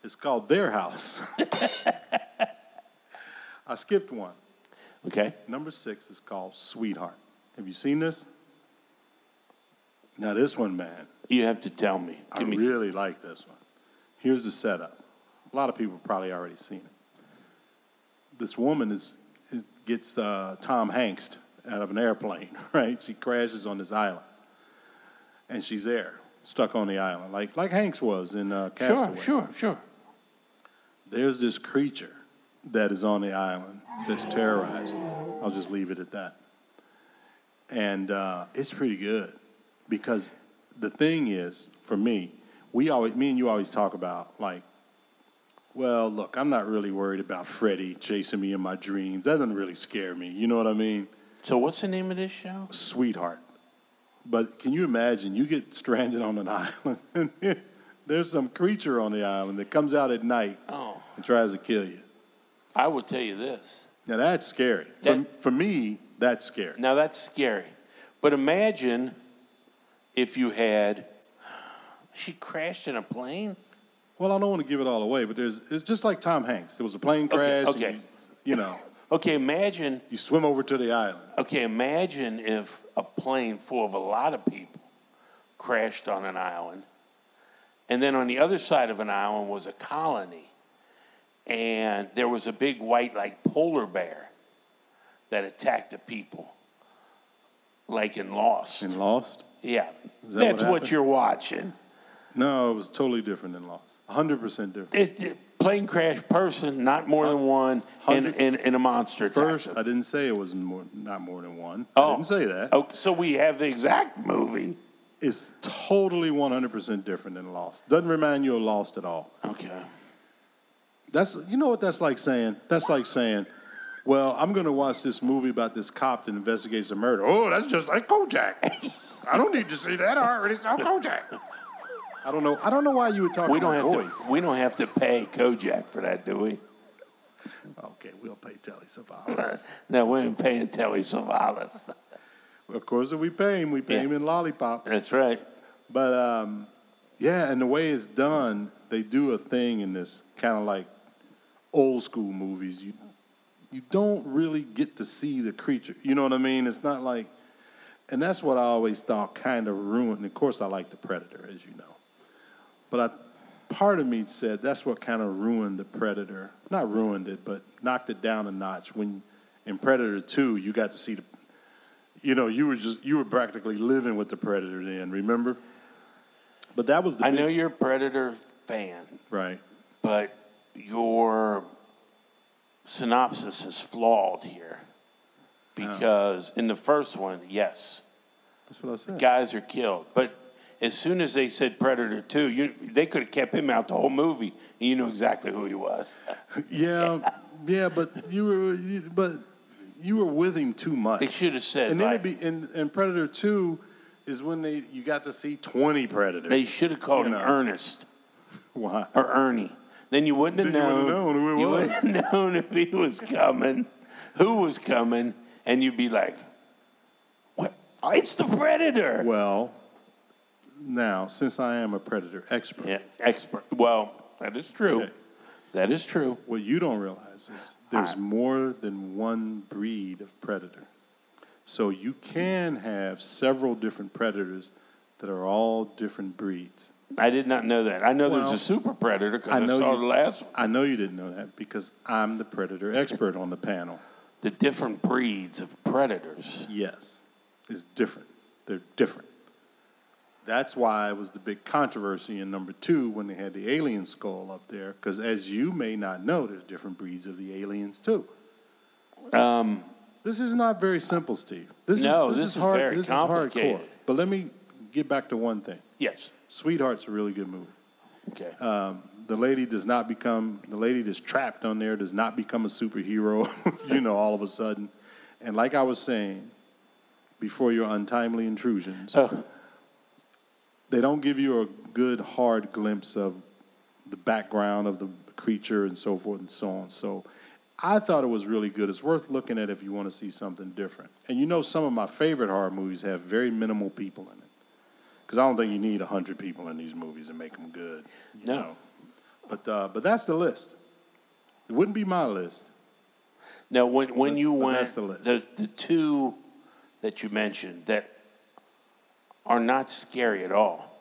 Speaker 2: It's called Their House. I skipped one.
Speaker 3: Okay.
Speaker 2: Number six is called Sweetheart. Have you seen this? Now, this one, man,
Speaker 3: You have to tell me.
Speaker 2: I
Speaker 3: Give me
Speaker 2: really like this one. Here's the setup. A lot of people probably already seen it. This woman is gets uh, Tom Hanks out of an airplane, right? She crashes on this island, and she's there, stuck on the island, like like Hanks was in uh,
Speaker 3: sure,
Speaker 2: Castaway.
Speaker 3: sure, sure.
Speaker 2: There's this creature that is on the island that's terrorizing. her. I'll just leave it at that. And uh, it's pretty good because the thing is, for me, we always, me and you always talk about like, well, look, I'm not really worried about Freddy chasing me in my dreams. That doesn't really scare me. You know what I mean?
Speaker 3: So what's the name of this show?
Speaker 2: Sweetheart. But can you imagine? You get stranded on an island, and there's some creature on the island that comes out at night
Speaker 3: Oh,
Speaker 2: and tries to kill you.
Speaker 3: I will tell you this.
Speaker 2: Now that's scary. for,
Speaker 3: That-
Speaker 2: for me, that's scary.
Speaker 3: Now that's scary. But imagine if you had she crashed in a plane?
Speaker 2: Well, I don't want to give it all away, but there's it's just like Tom Hanks. There was a plane
Speaker 3: Okay,
Speaker 2: crash. and
Speaker 3: okay.
Speaker 2: you, you know,
Speaker 3: Okay, imagine
Speaker 2: you swim over to the island.
Speaker 3: okay, imagine if a plane full of a lot of people crashed on an island. And then on the other side of an island was a colony. And there was a big white like polar bear that attacked the people. Like in Lost.
Speaker 2: And lost?
Speaker 3: yeah.
Speaker 2: Is that what
Speaker 3: That's what
Speaker 2: happened?
Speaker 3: you're watching.
Speaker 2: No, it was totally different than lost. 100% different.
Speaker 3: It's a plane crash person, not more than one, and,
Speaker 2: Hundred-
Speaker 3: and, and a monster.
Speaker 2: First, uh,
Speaker 3: attack.
Speaker 2: I didn't say it was more, not more than one. I
Speaker 3: Oh.
Speaker 2: didn't say that.
Speaker 3: oh, so we have the exact movie.
Speaker 2: It's totally 100% different than lost. Doesn't remind you of lost at all.
Speaker 3: Okay.
Speaker 2: That's you know what that's like saying. That's like saying, "Well, I'm going to watch this movie about this cop that investigates a murder." Oh, that's just like Kojak. I don't need to see that. I already saw Kojak. I don't know. I don't know why you would talk
Speaker 3: We
Speaker 2: about
Speaker 3: don't have
Speaker 2: voice.
Speaker 3: to. We don't have to pay Kojak for that, do we?
Speaker 2: Okay, we'll pay Telly Savalas.
Speaker 3: No, we ain't paying Telly Savalas.
Speaker 2: of course, if we pay him, we pay
Speaker 3: Yeah.
Speaker 2: him in lollipops.
Speaker 3: That's right.
Speaker 2: But um, yeah, and the way it's done, they do a thing in this kind of like old school movies. You you don't really get to see the creature. You know what I mean? It's not like, and that's what I always thought kind of ruined. And of course, I like the Predator, as you know. But I, part of me said that's what kind of ruined the Predator. Not ruined it, but knocked it down a notch. When in Predator Two, you got to see the, you know, you were just you were practically living with the Predator then. Remember? But that was the
Speaker 3: I
Speaker 2: big-
Speaker 3: know you're a Predator fan,
Speaker 2: right.
Speaker 3: but your synopsis is flawed here because in the first one, yes,
Speaker 2: That's what I said.
Speaker 3: guys are killed. But as soon as they said Predator 2, you, they could have kept him out the whole movie. And you knew exactly who he was.
Speaker 2: Yeah, yeah, but you were, you, but you were with him too much.
Speaker 3: They should have said,
Speaker 2: and then
Speaker 3: like,
Speaker 2: it'd be and, and Predator Two is when they you got to see twenty Predators.
Speaker 3: they should have called
Speaker 2: you
Speaker 3: him
Speaker 2: know.
Speaker 3: Ernest
Speaker 2: Why?
Speaker 3: or Ernie. Then you wouldn't have
Speaker 2: Then you wouldn't have known
Speaker 3: known.
Speaker 2: who it
Speaker 3: you
Speaker 2: was.
Speaker 3: wouldn't have known if he was coming, who was coming, and you'd be like, what? Oh, it's the Predator.
Speaker 2: Well, now since I am a Predator expert,
Speaker 3: Yeah, expert. Well, that is true.
Speaker 2: Okay.
Speaker 3: That is true.
Speaker 2: what you don't realize is there's
Speaker 3: Alright.
Speaker 2: more than one breed of Predator, so you can have several different Predators that are all different breeds.
Speaker 3: I did not know that. I know
Speaker 2: Well,
Speaker 3: there's a super predator because
Speaker 2: I
Speaker 3: I,
Speaker 2: know
Speaker 3: saw
Speaker 2: you-
Speaker 3: the last one.
Speaker 2: I know you didn't know that because I'm the Predator expert on the panel.
Speaker 3: The different breeds of predators.
Speaker 2: Yes, it's different. They're different. That's why it was the big controversy in number two when they had the alien skull up there, because as you may not know, there's different breeds of the aliens too.
Speaker 3: Um,
Speaker 2: This is not very simple, Steve. This
Speaker 3: No,
Speaker 2: is, this,
Speaker 3: this
Speaker 2: is
Speaker 3: is
Speaker 2: hard.
Speaker 3: very
Speaker 2: this is hardcore.
Speaker 3: complicated.
Speaker 2: But let me get back to one thing.
Speaker 3: yes.
Speaker 2: Sweetheart's a really good movie.
Speaker 3: Okay.
Speaker 2: Um, the lady does not become the lady that's trapped on there does not become a superhero, you know, all of a sudden. And like I was saying, before your untimely intrusions,
Speaker 3: So
Speaker 2: they don't give you a good hard glimpse of the background of the creature and so forth and so on. So I thought it was really good. It's worth looking at if you want to see something different. And you know, some of my favorite horror movies have very minimal people in it. Because I don't think you need 100 people in these movies to make them good. you
Speaker 3: No.
Speaker 2: know. But, uh, but that's the list. It wouldn't be my list.
Speaker 3: now, when when
Speaker 2: But-
Speaker 3: you
Speaker 2: but
Speaker 3: went
Speaker 2: that's the list.
Speaker 3: the the two that you mentioned that are not scary at all,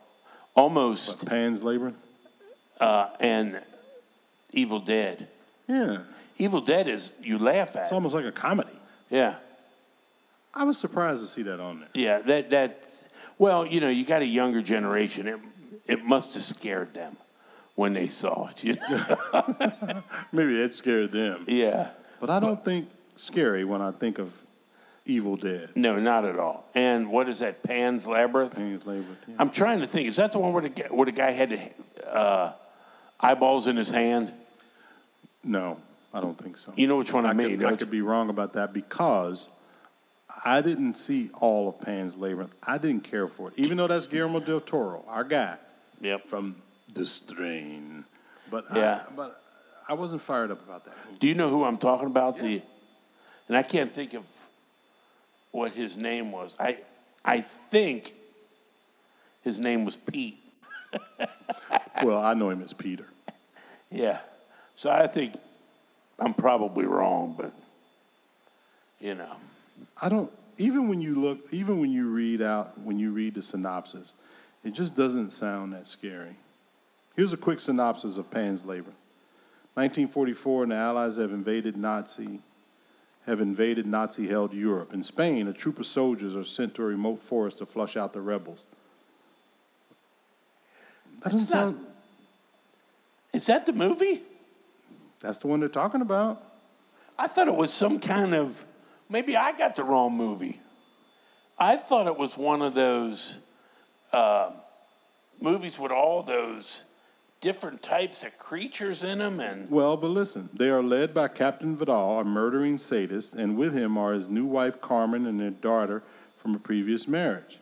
Speaker 3: almost
Speaker 2: But Pan's Labor?
Speaker 3: uh, and Evil Dead.
Speaker 2: Yeah.
Speaker 3: Evil Dead is you laugh at.
Speaker 2: It's
Speaker 3: it.
Speaker 2: almost like a comedy.
Speaker 3: yeah.
Speaker 2: I was surprised to see that on there.
Speaker 3: Yeah, that that. Well, you know, you got a younger generation. It it must have scared them when they saw it. You know?
Speaker 2: Maybe it scared them.
Speaker 3: yeah.
Speaker 2: But I don't think scary when I think of Evil Dead.
Speaker 3: No, not at all. And what is that? Pan's Labyrinth.
Speaker 2: Pain's Labyrinth. Yeah.
Speaker 3: I'm trying to think. Is that the one where the guy, where the guy had uh, eyeballs in his hand?
Speaker 2: No, I don't think so.
Speaker 3: You know which one I,
Speaker 2: I,
Speaker 3: mean?
Speaker 2: could, I
Speaker 3: don't
Speaker 2: could be wrong about that because I didn't see all of Pan's Labyrinth. I didn't care for it, even though that's Guillermo del Toro, our guy
Speaker 3: Yep.
Speaker 2: from The Strain. But
Speaker 3: Yeah.
Speaker 2: I, but I wasn't fired up about that.
Speaker 3: Do you know who I'm talking about? The, and I can't think of what his name was. I, I think his name was Pete.
Speaker 2: Well, I know him as Peter.
Speaker 3: Yeah. So I think I'm probably wrong, but you know,
Speaker 2: I don't even when you look even when you read out when you read the synopsis, it just doesn't sound that scary. Here's a quick synopsis of Pan's Labyrinth. 1944, and the Allies have invaded Nazi have invaded Nazi-held Europe. In Spain, a troop of soldiers are sent to a remote forest to flush out the rebels. That doesn't
Speaker 3: That's not-
Speaker 2: sound.
Speaker 3: is that the movie?
Speaker 2: That's the one they're talking about.
Speaker 3: I thought it was some kind of maybe I got the wrong movie. I thought it was one of those uh, movies with all those different types of creatures in them, and
Speaker 2: Well, but listen, they are led by Captain Vidal, a murdering sadist, and with him are his new wife Carmen and their daughter from a previous marriage.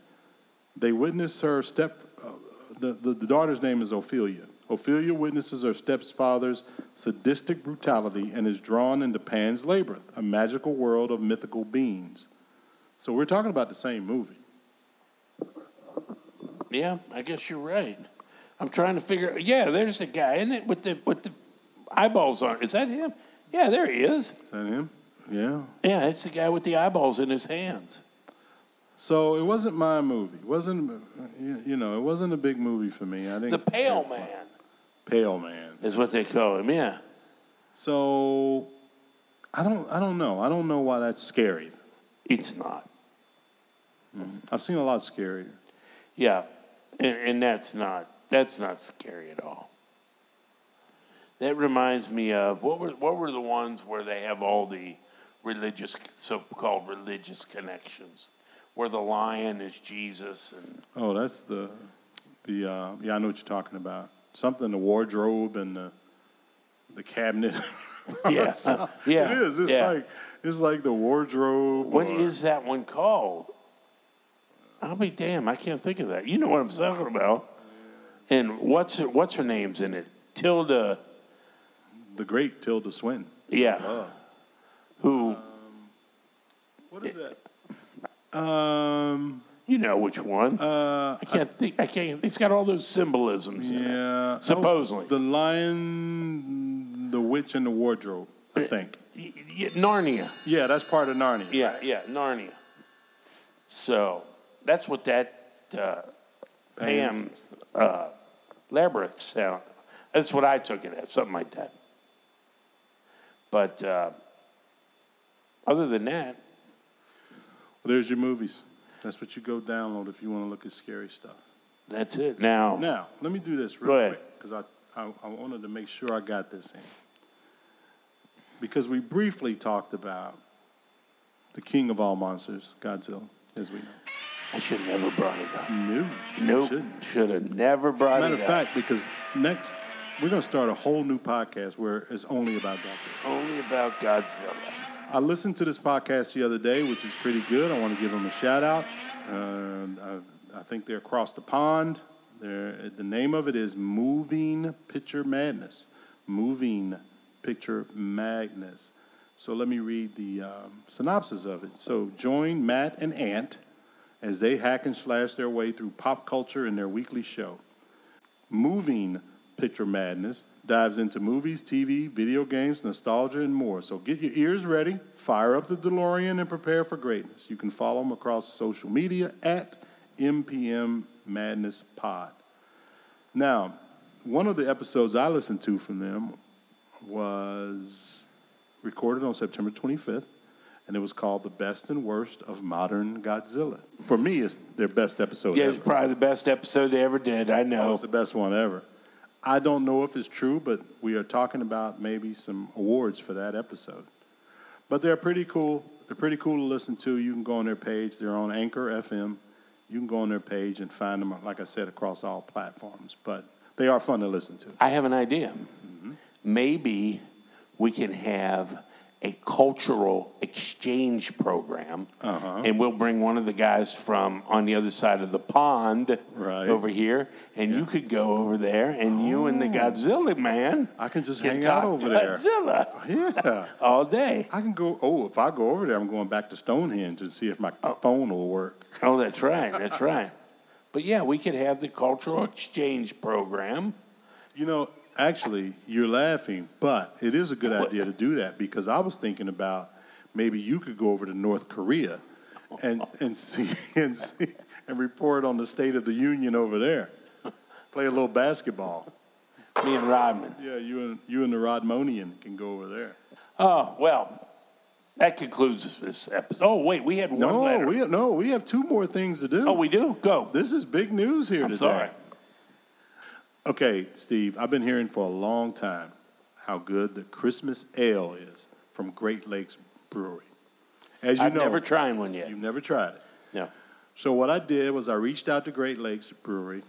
Speaker 2: They witness her step. Uh, the, the, the daughter's name is Ophelia. Ophelia witnesses her stepfather's sadistic brutality and is drawn into Pan's Labyrinth, a magical world of mythical beings. So we're talking about the same movie.
Speaker 3: yeah, I guess you're right. I'm trying to figure. Yeah, there's the guy in it with the with the eyeballs on. Is that him? Yeah, there he is.
Speaker 2: Is that him? Yeah.
Speaker 3: Yeah, it's the guy with the eyeballs in his hands.
Speaker 2: So it wasn't my movie. wasn't uh, you you know It wasn't a big movie for me. I didn't.
Speaker 3: The pale man
Speaker 2: Pale man.
Speaker 3: is what they call him. Yeah.
Speaker 2: So I don't I don't know. I don't know why that's scary.
Speaker 3: It's not.
Speaker 2: I've seen a lot scarier.
Speaker 3: Yeah, and, and that's not that's not scary at all. That reminds me of what were what were the ones where they have all the religious so-called religious connections, where the lion is Jesus and
Speaker 2: Oh, that's the the uh, yeah, I know what you're talking about. Something the wardrobe and the the cabinet.
Speaker 3: Yeah.
Speaker 2: So-
Speaker 3: Yeah.
Speaker 2: It is. It's
Speaker 3: Yeah.
Speaker 2: like it's like the wardrobe.
Speaker 3: what
Speaker 2: or-
Speaker 3: is that one called? I'll be damned, I can't think of that. You know what I'm talking about? And what's her, what's her name's in it? Tilda.
Speaker 2: the great Tilda Swinton?
Speaker 3: Yeah.
Speaker 2: Oh.
Speaker 3: Who
Speaker 2: What is that? Um
Speaker 3: you know which one?
Speaker 2: uh
Speaker 3: I can't think. I can't. It's got all those symbolisms. in it.
Speaker 2: yeah
Speaker 3: Supposedly.
Speaker 2: the lion the witch and the wardrobe, I think.
Speaker 3: Y- y- Narnia.
Speaker 2: Yeah, that's part of Narnia.
Speaker 3: Yeah, yeah, Narnia. So that's what that uh, Pam
Speaker 2: Pam's.
Speaker 3: uh, labyrinth sound. That's what I took it as, something like that. But uh, other than that,
Speaker 2: Well, there's your movies. That's what you go download if you want to look at scary stuff.
Speaker 3: that's it. Now,
Speaker 2: Now, let me do this real
Speaker 3: Go ahead.
Speaker 2: quick because I, I, I wanted to make sure I got this in. Because we briefly talked about the king of all monsters, Godzilla, as we know.
Speaker 3: I should have never brought it up.
Speaker 2: No,
Speaker 3: Nope.
Speaker 2: shouldn't.
Speaker 3: Should have never brought
Speaker 2: Matter
Speaker 3: it
Speaker 2: of
Speaker 3: up.
Speaker 2: fact, because next we're going to start a whole new podcast where it's only about Godzilla.
Speaker 3: only about Godzilla.
Speaker 2: I listened to this podcast the other day, which is pretty good. I want to give them a shout out. Uh, I, I think they're across the pond. They're, the name of it is Moving Picture Madness. Moving Picture Madness. So let me read the um, synopsis of it. So join Matt and Ant as they hack and slash their way through pop culture in their weekly show. Moving Picture Madness dives into movies, TV, video games, nostalgia, and more. So get your ears ready, fire up the DeLorean, and prepare for greatness. You can follow them across social media at MPM Madness Pod. Now, one of the episodes I listened to from them was recorded on September 25th, and it was called The Best and Worst of Modern Godzilla. For me, it's their best episode
Speaker 3: Yeah,
Speaker 2: ever.
Speaker 3: it's probably the best episode they ever did. I know.
Speaker 2: It's the best one ever. I don't know if it's true, but we are talking about maybe some awards for that episode. But they're pretty cool. They're pretty cool to listen to. You can go on their page. They're on Anchor FM. You can go on their page and find them, like I said, across all platforms. But they are fun to listen to.
Speaker 3: I have an idea. Maybe we can have a cultural exchange program,
Speaker 2: Uh-huh.
Speaker 3: and we'll bring one of the guys from on the other side of the pond
Speaker 2: Right.
Speaker 3: over here, and you could go over there, and you and the Godzilla man
Speaker 2: I can just
Speaker 3: can
Speaker 2: Oh. hang out
Speaker 3: talk
Speaker 2: over there.
Speaker 3: Godzilla
Speaker 2: Yeah.
Speaker 3: all day.
Speaker 2: I can go. Oh, if I go over there, I'm going back to Stonehenge and see if my phone will work.
Speaker 3: Oh, that's right. That's right. But yeah, we could have the cultural exchange program.
Speaker 2: You know, actually, you're laughing, but it is a good idea to do that because I was thinking about maybe you could go over to North Korea and and see and see and report on the state of the union over there. Play a little basketball.
Speaker 3: Me and Rodman.
Speaker 2: Yeah, you and you and the Rodmonian can go over there.
Speaker 3: Oh well, that concludes this episode. Oh wait, we had one
Speaker 2: No,
Speaker 3: letter.
Speaker 2: we no, we have two more things to do.
Speaker 3: oh, we do. Go.
Speaker 2: This is big news here
Speaker 3: I'm
Speaker 2: today.
Speaker 3: sorry.
Speaker 2: Okay, Steve, I've been hearing for a long time how good the Christmas ale is from Great Lakes Brewery. As you
Speaker 3: I've
Speaker 2: know,
Speaker 3: never tried one yet.
Speaker 2: you've never tried it.
Speaker 3: No.
Speaker 2: So what I did was I reached out to Great Lakes Brewery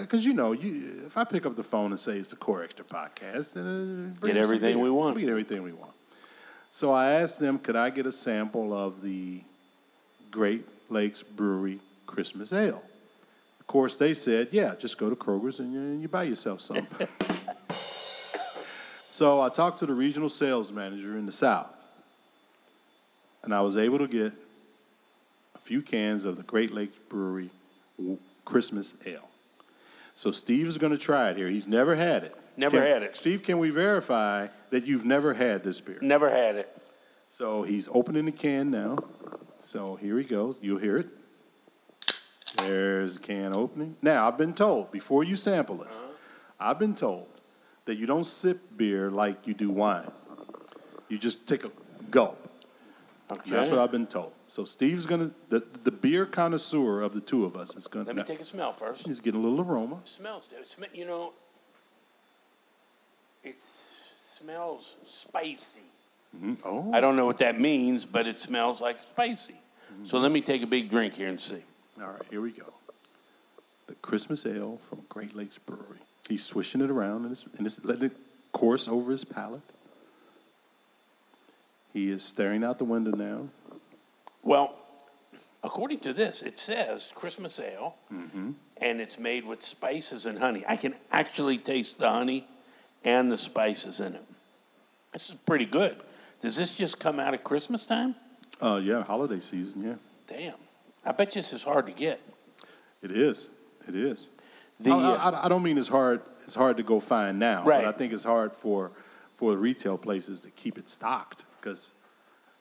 Speaker 2: because you know, you, if I pick up the phone and say it's the Core Extra podcast, then uh, bring
Speaker 3: Get
Speaker 2: us a
Speaker 3: everything
Speaker 2: beer.
Speaker 3: we want.
Speaker 2: Get everything we want. So I asked them, could I get a sample of the Great Lakes Brewery Christmas Ale? Of course, they said, yeah, just go to Kroger's and you, you buy yourself some. so I talked to the regional sales manager in the South, and I was able to get a few cans of the Great Lakes Brewery w- Christmas Ale. So Steve is going to try it here. He's never had it.
Speaker 3: Never
Speaker 2: Can-
Speaker 3: had it.
Speaker 2: Steve, can we verify that you've never had this beer?
Speaker 3: Never had it.
Speaker 2: So he's opening the can now. So here he goes. You'll hear it. There's the can opening. Now, I've been told, before you sample this,
Speaker 3: Uh-huh.
Speaker 2: I've been told that you don't sip beer like you do wine. You just take a gulp.
Speaker 3: Okay.
Speaker 2: That's what I've been told. So Steve's going to, the, the beer connoisseur of the two of us is going
Speaker 3: Let me take a smell first.
Speaker 2: He's getting a little aroma.
Speaker 3: smells. It sm- you know, it smells spicy.
Speaker 2: Mm, Oh,
Speaker 3: I don't know what that means, but it smells like spicy. So let me take a big drink here and see.
Speaker 2: All right, here we go. The Christmas ale from Great Lakes Brewery. He's swishing it around and, it's, and it's letting it course over his palate. He is staring out the window now.
Speaker 3: Well, according to this, it says Christmas ale,
Speaker 2: Mm-hmm.
Speaker 3: and it's made with spices and honey. I can actually taste the honey and the spices in it. This is pretty good. Does this just come out of Christmas time?
Speaker 2: Uh, yeah, holiday season, yeah.
Speaker 3: Damn. I bet you this is hard to get.
Speaker 2: It is. It is.
Speaker 3: The, uh,
Speaker 2: I, I- I don't mean it's hard, it's hard to go find now,
Speaker 3: Right.
Speaker 2: but I think it's hard for, for retail places to keep it stocked because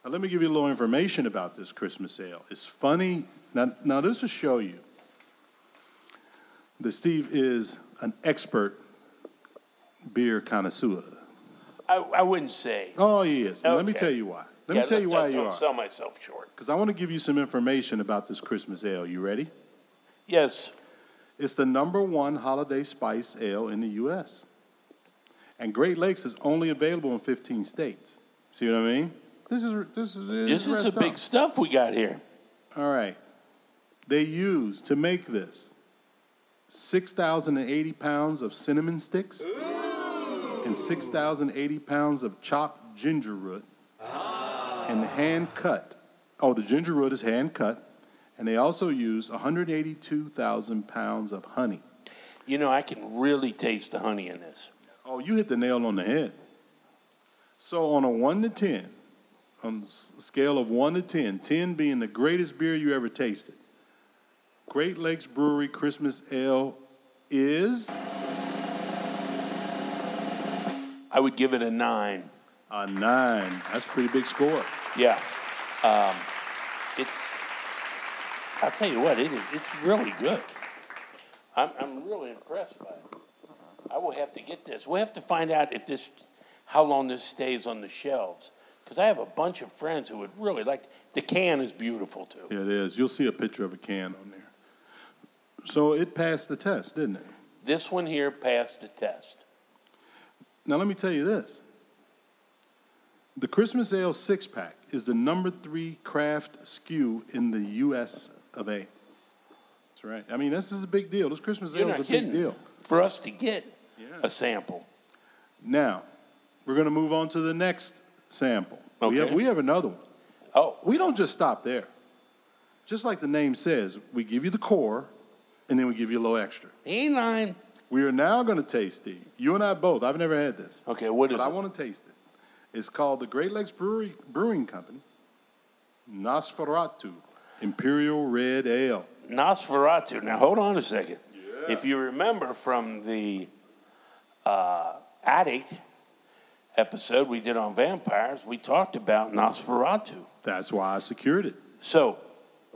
Speaker 2: Now, let me give you a little information about this Christmas ale. It's funny. Now, now this will show you that Steve is an expert beer connoisseur.
Speaker 3: I, I wouldn't say.
Speaker 2: Oh, he is. And Let me
Speaker 3: Okay.
Speaker 2: tell you why. Let
Speaker 3: Yeah,
Speaker 2: me tell
Speaker 3: let's
Speaker 2: you why
Speaker 3: not-
Speaker 2: you
Speaker 3: don't
Speaker 2: are.
Speaker 3: sell myself short.
Speaker 2: Because I want to give you some information about this Christmas ale. You ready?
Speaker 3: Yes.
Speaker 2: It's the number one holiday spice ale in the U.S. And Great Lakes is only available in 15 states. See what I mean? This is this is
Speaker 3: This is
Speaker 2: a
Speaker 3: the big stuff we got here.
Speaker 2: All right. They use to make this 6,080 pounds of cinnamon sticks and 6,080 pounds of chopped ginger root and hand cut. Oh, the ginger root is hand cut. And they also use 182,000 pounds of honey.
Speaker 3: You know, I can really taste the honey in this.
Speaker 2: Oh, you hit the nail on the head. So, on a 1 to 10, on a s- scale of 1 to 10, 10 being the greatest beer you ever tasted, Great Lakes Brewery Christmas Ale is
Speaker 3: I would give it a nine.
Speaker 2: a 9. That's a pretty big score.
Speaker 3: Yeah. Um, it's, I'll tell you what, it is, it's really good. I'm, I'm really impressed by it. I will have to get this. We'll have to find out if this, how long this stays on the shelves. Because I have a bunch of friends who would really like, the can is beautiful too.
Speaker 2: Yeah, it is. You'll see a picture of a can on there. So, it passed the test, didn't it?
Speaker 3: This one here passed the test.
Speaker 2: Now, let me tell you this the Christmas Ale six pack is the number three craft SKU in the U.S. of A. That's right. I mean, this is a big deal. This Christmas
Speaker 3: You're
Speaker 2: Ale is
Speaker 3: not
Speaker 2: a
Speaker 3: kidding.
Speaker 2: big deal.
Speaker 3: For us to get
Speaker 2: Yeah.
Speaker 3: a sample.
Speaker 2: Now, we're going to move on to the next sample. We, have,
Speaker 3: Okay.
Speaker 2: we have another one.
Speaker 3: Oh,
Speaker 2: We don't just stop there. Just like the name says, we give you the core and then we give you a little extra.
Speaker 3: E nine.
Speaker 2: We are now going to taste these. You and I both. I've never had this,
Speaker 3: Okay, what is
Speaker 2: but I
Speaker 3: it?
Speaker 2: want to taste it. It's called the Great Lakes Brewery Brewing Company Nosferatu Imperial Red Ale.
Speaker 3: Nosferatu. Now hold on a second. If you remember from the uh, addict episode we did on vampires, we talked about Nosferatu.
Speaker 2: That's why I secured it.
Speaker 3: So,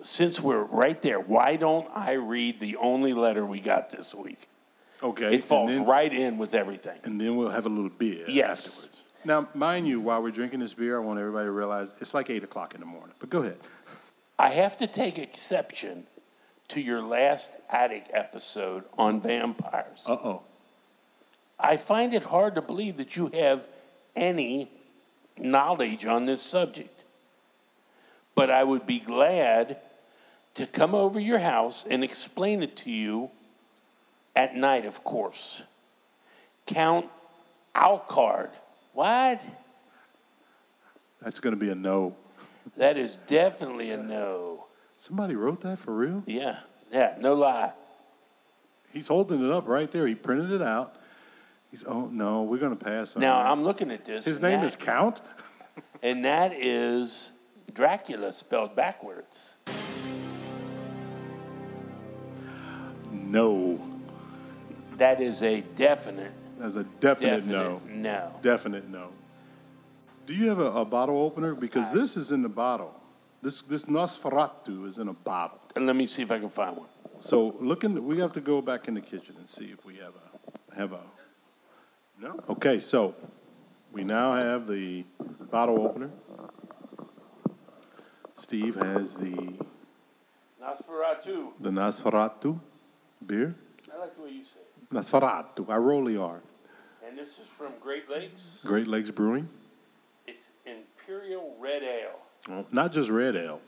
Speaker 3: since we're right there, why don't I read the only letter we got this week?
Speaker 2: Okay.
Speaker 3: It falls
Speaker 2: and then,
Speaker 3: right in with everything.
Speaker 2: And then we'll have a little beer
Speaker 3: Yes.
Speaker 2: afterwards. Now, mind you, while we're drinking this beer, I want everybody to realize it's like 8 o'clock in the morning. But go ahead.
Speaker 3: I have to take exception to your last attic episode on vampires.
Speaker 2: Uh oh.
Speaker 3: I find it hard to believe that you have any knowledge on this subject. But I would be glad to come over your house and explain it to you at night, of course. Count Alcard. What?
Speaker 2: That's going to be a no.
Speaker 3: That is definitely a no.
Speaker 2: Somebody wrote that for real?
Speaker 3: Yeah, yeah, no lie.
Speaker 2: He's holding it up right there. He printed it out. He's, oh, no, we're going to pass on
Speaker 3: Now
Speaker 2: that.
Speaker 3: I'm looking at this.
Speaker 2: Uh-huh. His
Speaker 3: and
Speaker 2: name
Speaker 3: that-
Speaker 2: is Count?
Speaker 3: And that is Dracula spelled backwards.
Speaker 2: No.
Speaker 3: That is a definite,
Speaker 2: That's a definite,
Speaker 3: definite
Speaker 2: no.
Speaker 3: no.
Speaker 2: Definite no. Do you have a, a bottle opener? Because this is in the bottle. This, this Nosferatu is in a bottle.
Speaker 3: And let me see if I can find one.
Speaker 2: So looking, we have to go back in the kitchen and see if we have a have a. No. Okay, so we now have the bottle opener. Steve has the
Speaker 3: Nosferatu.
Speaker 2: the Nosferatu beer.
Speaker 3: I like the way you say it.
Speaker 2: Nosferatu. I roll the R.
Speaker 3: And this is from Great Lakes.
Speaker 2: Great Lakes Brewing.
Speaker 3: It's Imperial Red Ale.
Speaker 2: Well, not just red ale,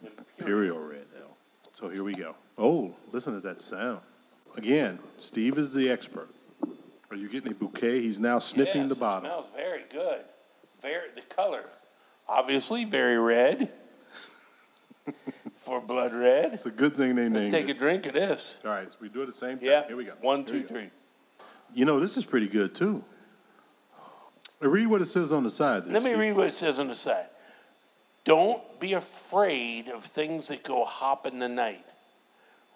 Speaker 3: Imperial.
Speaker 2: Imperial red ale. So here we go. Oh, listen to that sound. Again, Steve is the expert. Are you getting a bouquet? He's now sniffing
Speaker 3: Yes,
Speaker 2: the bottle.
Speaker 3: It smells very good. Very the color, obviously very red. For blood red.
Speaker 2: It's a good thing they
Speaker 3: Let's
Speaker 2: named
Speaker 3: take a
Speaker 2: it.
Speaker 3: drink of this.
Speaker 2: All right, so we do it at the same time.
Speaker 3: Yeah.
Speaker 2: Here we go.
Speaker 3: One,
Speaker 2: Here we
Speaker 3: two,
Speaker 2: go.
Speaker 3: three.
Speaker 2: You know, this is pretty good too. Read what it says on the side. there,
Speaker 3: Let me
Speaker 2: Steve.
Speaker 3: read what it says on the side. Don't be afraid of things that go hop in the night.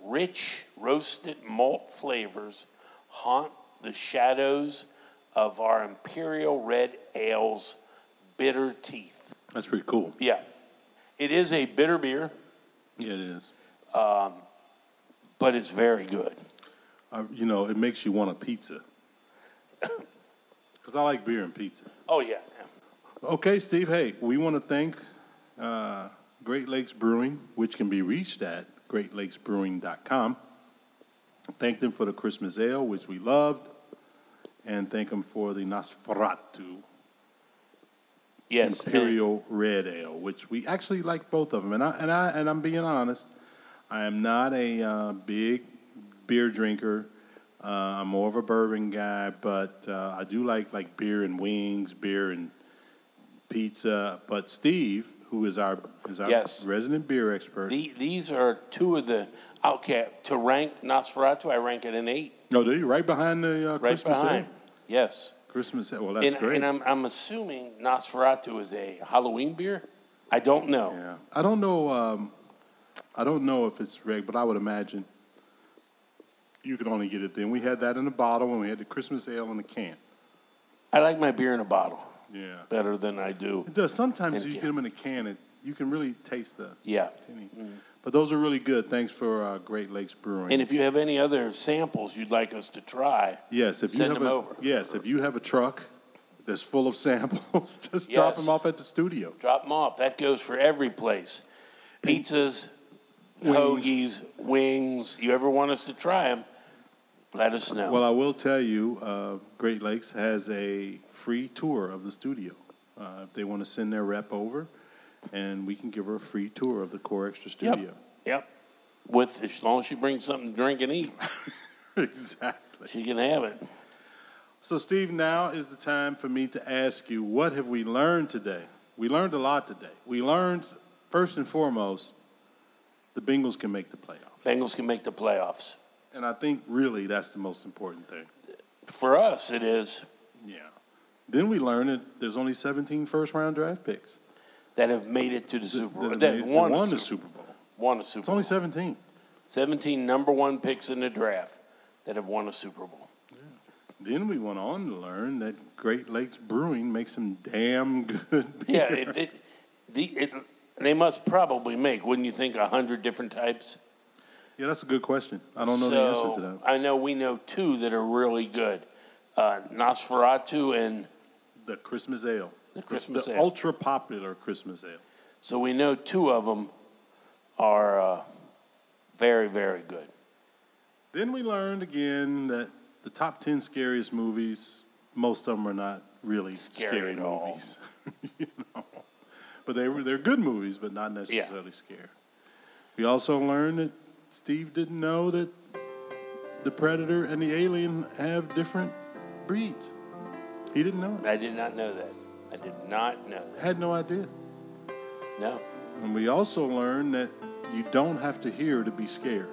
Speaker 3: Rich roasted malt flavors haunt the shadows of our imperial red ale's bitter teeth.
Speaker 2: That's pretty cool.
Speaker 3: Yeah, it is a bitter beer,
Speaker 2: Yeah, it is.
Speaker 3: but it's very good.
Speaker 2: Uh, you know, it makes you want a pizza. Because I like beer and pizza.
Speaker 3: Oh yeah,
Speaker 2: Okay, Steve, hey, we want to thank uh, Great Lakes Brewing, which can be reached at greatlakesbrewing.com. Thank them for the Christmas ale, which we loved, and thank them for the Nosferatu.
Speaker 3: yes. and-
Speaker 2: Imperial Red Ale, which we actually like both of them. And I and I and I'm being honest, I am not a uh, big beer drinker. Uh, I'm more of a bourbon guy, but uh, I do like like beer and wings, beer and pizza. But Steve, who is our is our
Speaker 3: Yes.
Speaker 2: resident beer expert,
Speaker 3: The, these are two of the okay to rank Nosferatu. I rank it an eight,
Speaker 2: no, dude, right behind the uh,
Speaker 3: right
Speaker 2: Christmas
Speaker 3: behind.
Speaker 2: ale.
Speaker 3: Yes.
Speaker 2: Christmas ale. Well, that's
Speaker 3: and,
Speaker 2: great.
Speaker 3: and I'm, I'm assuming Nosferatu is a Halloween beer. I don't know.
Speaker 2: yeah, I don't know. Um, I don't know if it's reg, but I would imagine you could only get it then. We had that in a bottle, and we had the Christmas ale in a can.
Speaker 3: I like my beer in a bottle
Speaker 2: Yeah,
Speaker 3: better than I do.
Speaker 2: it does. Sometimes
Speaker 3: In
Speaker 2: you
Speaker 3: a can.
Speaker 2: get them in a can, and you can really taste the
Speaker 3: Yeah.
Speaker 2: tinny. But those are really good. Thanks for uh, Great Lakes Brewing.
Speaker 3: Mm. And if you have any other samples you'd like us to try,
Speaker 2: yes, if
Speaker 3: send
Speaker 2: you have
Speaker 3: them
Speaker 2: a,
Speaker 3: over.
Speaker 2: yes, if you have a truck that's full of samples, just drop
Speaker 3: Yes.
Speaker 2: them off at the studio.
Speaker 3: drop them off. That goes for every place. Pizzas,
Speaker 2: Wings.
Speaker 3: hoagies, wings. You ever want us to try them, let us know.
Speaker 2: Well, I will tell you, uh, Great Lakes has a free tour of the studio. Uh, if they want to send their rep over, and we can give her a free tour of the Core Extra Studio.
Speaker 3: yep. With As long as she brings something to drink and eat,
Speaker 2: exactly.
Speaker 3: she can have it.
Speaker 2: So, Steve, now is the time for me to ask you what have we learned today? We learned a lot today. We learned, first and foremost, the Bengals can make the playoffs.
Speaker 3: Bengals can make the playoffs.
Speaker 2: And I think really that's the most important thing.
Speaker 3: For us, it is
Speaker 2: Yeah. Then we learned that there's only 17 first round draft picks
Speaker 3: that have made it to the Super Bowl.
Speaker 2: that
Speaker 3: That
Speaker 2: made-
Speaker 3: won,
Speaker 2: won
Speaker 3: the
Speaker 2: the
Speaker 3: Super,
Speaker 2: Super Bowl.
Speaker 3: won a Super
Speaker 2: It's only
Speaker 3: Bowl.
Speaker 2: 17.
Speaker 3: 17 number one picks in the draft that have won a Super Bowl.
Speaker 2: Then we went on to learn that Great Lakes Brewing makes some damn good beer.
Speaker 3: Yeah, it, it, the, it, they must probably make, wouldn't you think, 100 different types?
Speaker 2: Yeah, that's a good question. I don't know the answer to that.
Speaker 3: I know we know two that are really good uh, Nosferatu, and
Speaker 2: The Christmas ale.
Speaker 3: The Christmas ale.
Speaker 2: ultra popular Christmas ale.
Speaker 3: so we know two of them are uh, very, very good.
Speaker 2: Then we learned again that the top 10 scariest movies, most of them are not really
Speaker 3: Scary
Speaker 2: scary,
Speaker 3: at all.
Speaker 2: movies. you know? But they were they're good movies, but not necessarily scary. We also learned that Steve didn't know that the predator and the alien have different breeds. He didn't know it.
Speaker 3: I did not know that. I did not know that.
Speaker 2: Had no idea.
Speaker 3: No.
Speaker 2: And we also learned that you don't have to hear to be scared.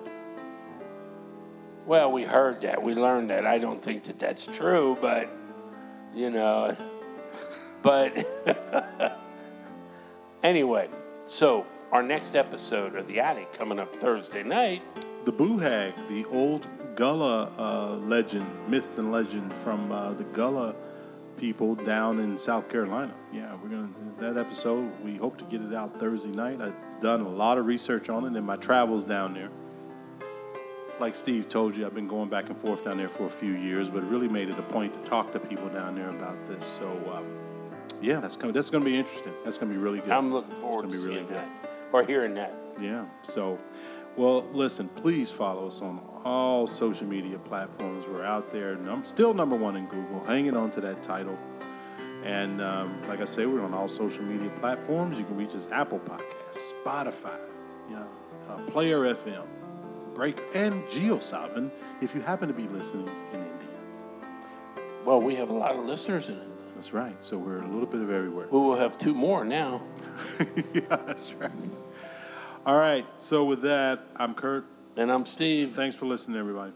Speaker 3: Well, we heard that. We learned that. I don't think that that's true, but, you know, but anyway, so our next episode of The Attic coming up Thursday night.
Speaker 2: The Boo Hag, the old Gullah uh, legend, myth and legend from uh, the Gullah people down in South Carolina. Yeah, we're gonna that episode. We hope to get it out Thursday night. I've done a lot of research on it in my travels down there. Like Steve told you, I've been going back and forth down there for a few years, but really made it a point to talk to people down there about this. So, um, yeah, that's coming. That's going to be interesting. That's going to be really good.
Speaker 3: I'm looking forward
Speaker 2: It's
Speaker 3: to
Speaker 2: gonna be
Speaker 3: seeing
Speaker 2: really good.
Speaker 3: that or hearing that.
Speaker 2: Yeah. So, well, listen, please follow us on all social media platforms. We're out there. and I'm still number one in Google, hanging on to that title. And um, like I say, we're on all social media platforms. You can reach us Apple Podcasts, Spotify, you know, uh, Player FM, Break, and GeoSovereign if you happen to be listening in India.
Speaker 3: Well, we have a lot of listeners in it.
Speaker 2: That's right. So we're a little bit of everywhere.
Speaker 3: We will have two more now.
Speaker 2: yeah, that's right. All right. So with that, I'm Kurt.
Speaker 3: And I'm Steve.
Speaker 2: Thanks for listening, everybody.